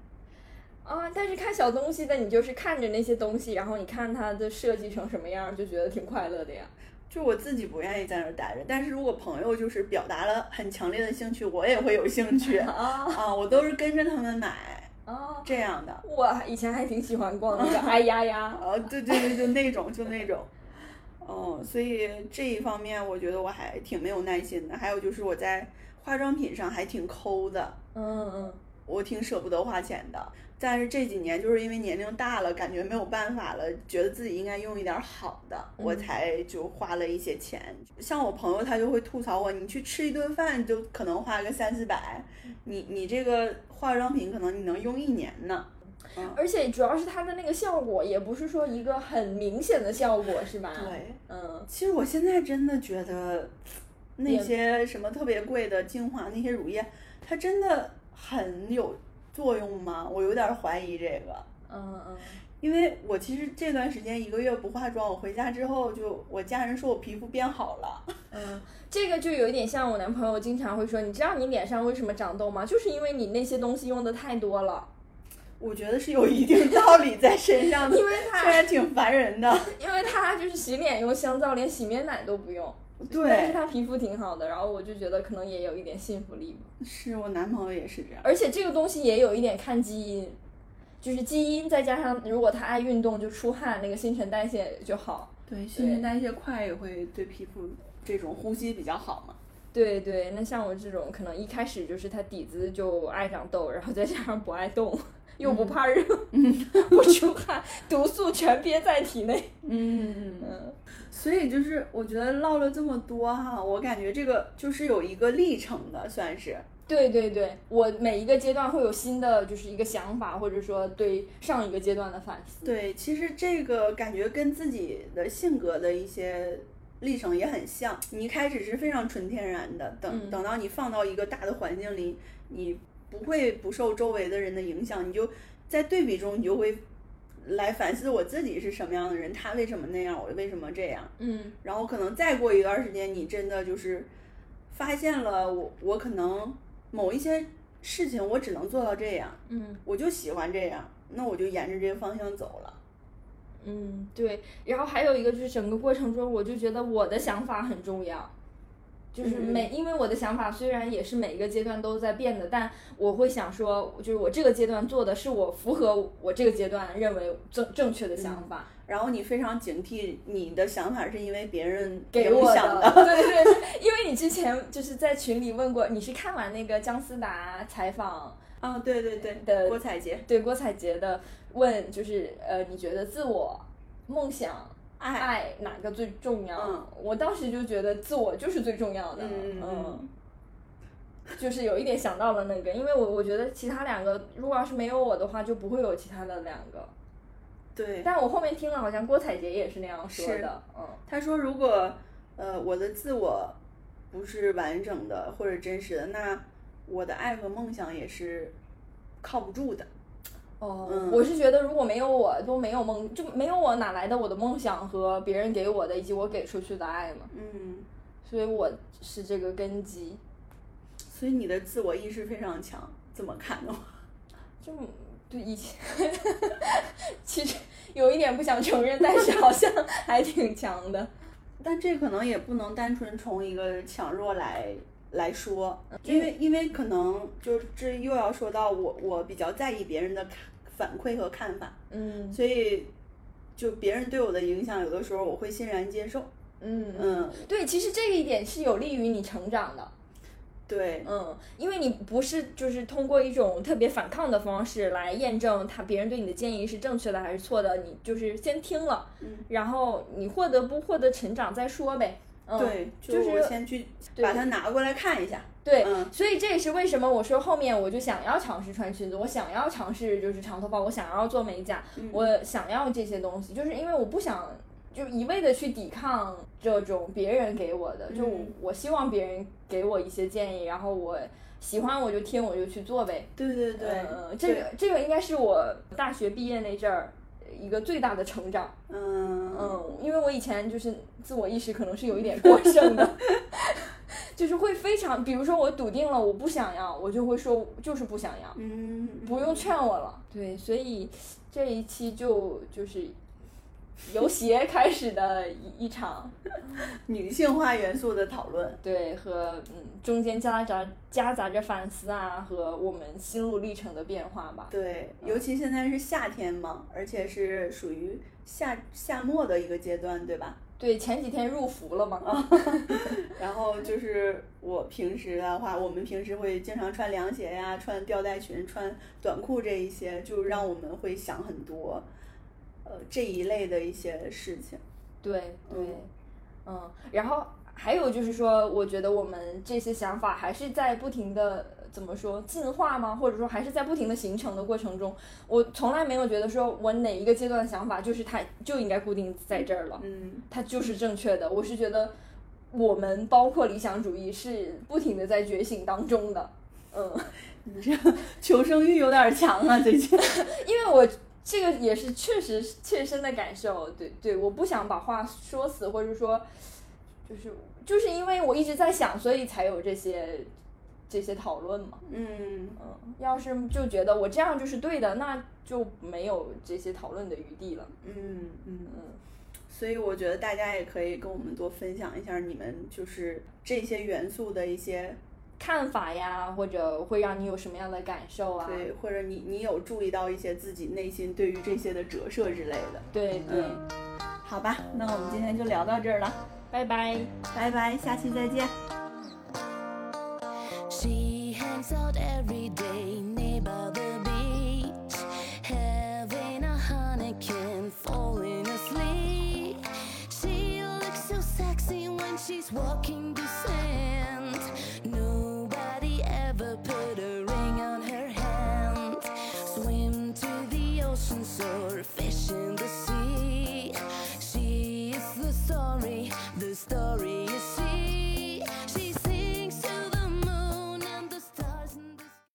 S2: 啊，但是看小东西的，你就是看着那些东西，然后你看它的设计成什么样，就觉得挺快乐的呀。
S1: 就我自己不愿意在那儿待着，但是如果朋友就是表达了很强烈的兴趣，我也会有兴趣
S2: 啊
S1: 啊，我都是跟着他们买
S2: 啊！
S1: 这样的。
S2: 我以前还挺喜欢逛 那个哎呀呀，
S1: 啊，对对对，就那种，就那种。嗯，所以这一方面我觉得我还挺没有耐心的。还有就是我在化妆品上还挺抠的，
S2: 嗯嗯，
S1: 我挺舍不得花钱的。但是这几年就是因为年龄大了，感觉没有办法了，觉得自己应该用一点好的，我
S2: 嗯
S1: 才就花了一些钱。像我朋友他就会吐槽我，你去吃一顿饭就可能花个三四百，你你这个化妆品可能你能用一年呢。嗯
S2: 而且主要是它的那个效果，也不是说一个很明显的效果，是吧？
S1: 对，
S2: 嗯，
S1: 其实我现在真的觉得，那
S2: 也
S1: 些什么特别贵的精华，那些乳液，它真的很有作用吗？我有点怀疑这个，
S2: 嗯嗯，
S1: 因为我其实这段时间一个月不化妆，我回家之后就我家人说我皮肤变好了，
S2: 嗯，这个就有一点像我男朋友经常会说，你知道你脸上为什么长痘吗？就是因为你那些东西用的太多了，
S1: 我觉得是有一定道理在身上的，
S2: 因为
S1: 虽
S2: 他
S1: 然挺烦人的。
S2: 因为他就是洗脸用香皂，连洗面奶都不用，但是
S1: 对，
S2: 他皮肤挺好的，然后我就觉得可能也有一点信服力吧。
S1: 是我男朋友也是这样。
S2: 而且这个东西也有一点看基因，就是基因再加上如果他爱运动就出汗，那个新陈代谢就好。
S1: 对，新陈代谢快也会对皮肤这种呼吸比较好嘛。
S2: 对对，那像我这种可能一开始就是他底子就爱长痘，然后再加上不爱动，又不怕热， 不出汗，毒素全憋在体内。
S1: 嗯嗯
S2: 嗯
S1: 所以就是我觉得唠了这么多哈，我感觉这个就是有一个历程的，算是。
S2: 对对对，我每一个阶段会有新的就是一个想法，或者说对上一个阶段的反思。
S1: 对，其实这个感觉跟自己的性格的一些历程也很像。你一开始是非常纯天然的，等
S2: 嗯
S1: 等到你放到一个大的环境里，你不会不受周围的人的影响，你就在对比中，你就会来反思我自己是什么样的人，他为什么那样，我为什么这样。
S2: 嗯
S1: 然后可能再过一段时间，你真的就是发现了我，我可能某一些事情我只能做到这样，
S2: 嗯
S1: 我就喜欢这样，那我就沿着这个方向走了。
S2: 嗯，对。然后还有一个就是整个过程中，我就觉得我的想法很重要。就是每，因为我的想法虽然也是每一个阶段都在变的，但我会想说，就是我这个阶段做的是我符合我这个阶段认为正正确的想法，
S1: 然后你非常警惕你的想法是因为别人
S2: 给
S1: 影
S2: 我
S1: 响
S2: 对对对，因为你之前就是在群里问过，你是看完那个姜思达采访
S1: 啊、对对对，
S2: 的
S1: 郭采洁，
S2: 对郭采洁的问，就是呃，你觉得自我、梦想、
S1: 爱
S2: 爱哪个最重要？
S1: 嗯
S2: 我当时就觉得自我就是最重要的，嗯
S1: 嗯嗯嗯
S2: 就是有一点想到了那个，因为我我觉得其他两个如果要是没有我的话，就不会有其他的两个。
S1: 对，
S2: 但我后面听了，好像郭采洁也是那样说
S1: 是
S2: 的，嗯
S1: 他说如果呃我的自我不是完整的或者真实的，那我的爱和梦想也是靠不住的。
S2: 哦，
S1: 嗯
S2: 我是觉得如果没有我都没有梦，就没有我哪来的我的梦想和别人给我的以及我给出去的爱嘛？
S1: 嗯。
S2: 所以我是这个根基，
S1: 所以你的自我意识非常强，怎么看的话？
S2: 就对以前 其实有一点不想承认，但是好像还挺强的。
S1: 但这可能也不能单纯从一个强弱来来说，
S2: 嗯
S1: 因为因为可能就是这又要说到我我比较在意别人的看反馈和看法，
S2: 嗯
S1: 所以就别人对我的影响，有的时候我会欣然接受。
S2: 嗯嗯，
S1: 嗯，
S2: 对，其实这一点是有利于你成长的。
S1: 对，
S2: 嗯，因为你不是就是通过一种特别反抗的方式来验证他别人对你的建议是正确的还是错的，你就是先听了，
S1: 嗯
S2: 然后你获得不获得成长再说呗。嗯，
S1: 对，
S2: 就是
S1: 我先去把它拿过来看一下。
S2: 对，
S1: 嗯
S2: 所以这也是为什么我说后面我就想要尝试穿裙子，我想要尝试就是长头发，我想要做美甲，
S1: 嗯
S2: 我想要这些东西，就是因为我不想就一味的去抵抗这种别人给我的，就我
S1: 嗯
S2: 我希望别人给我一些建议，然后我喜欢我就听我就去做呗。
S1: 对对对，
S2: 呃，这个这个应该是我大学毕业那阵儿一个最大的成长。
S1: 嗯嗯
S2: 嗯，因为我以前就是自我意识可能是有一点过剩的， 就是会非常，比如说我笃定了我不想要，我就会说就是不想要，
S1: 嗯，
S2: 不用劝我了。对，所以这一期就就是由鞋 开始的一一场，
S1: 女性化元素的讨论。
S2: 对，和嗯中间夹杂夹杂着反思啊和我们心路历程的变化吧。
S1: 对，尤其现在是夏天嘛，而且是属于夏夏末的一个阶段，对吧？
S2: 对，前几天入伏了嘛，
S1: 然后就是我平时的话，我们平时会经常穿凉鞋呀、穿吊带裙、穿短裤这一些，就让我们会想很多，呃，这一类的一些事情。
S2: 对对
S1: 嗯，
S2: 嗯，然后还有就是说，我觉得我们这些想法还是在不停的怎么说进化吗？或者说还是在不停的形成的过程中，我从来没有觉得说我哪一个阶段的想法就是它就应该固定在这儿了，
S1: 嗯，
S2: 它就是正确的。我是觉得我们包括理想主义是不停的在觉醒当中的，嗯。
S1: 你这求生欲有点强啊，最近。
S2: 因为我这个也是确实是切身的感受，对对，我不想把话说死，或者说，就是就是因为我一直在想，所以才有这些这些讨论嘛。
S1: 嗯，
S2: 嗯，要是就觉得我这样就是对的，那就没有这些讨论的余地了。
S1: 嗯嗯，
S2: 嗯，
S1: 所以我觉得大家也可以跟我们多分享一下你们就是这些元素的一些
S2: 看法呀，或者会让你有什么样的感受啊？
S1: 对，或者你你有注意到一些自己内心对于这些的折射之类的。
S2: 对对，
S1: 嗯好吧，那我们今天就聊到这儿了，
S2: 拜拜。
S1: 拜拜，下期再见。
S3: She hangs out every day neighbor the beach, having a honeycomb, falling asleep. She looks so sexy when she's walking the sand. Nobody ever put a ring on her hand. Swim to the ocean shore, fishing.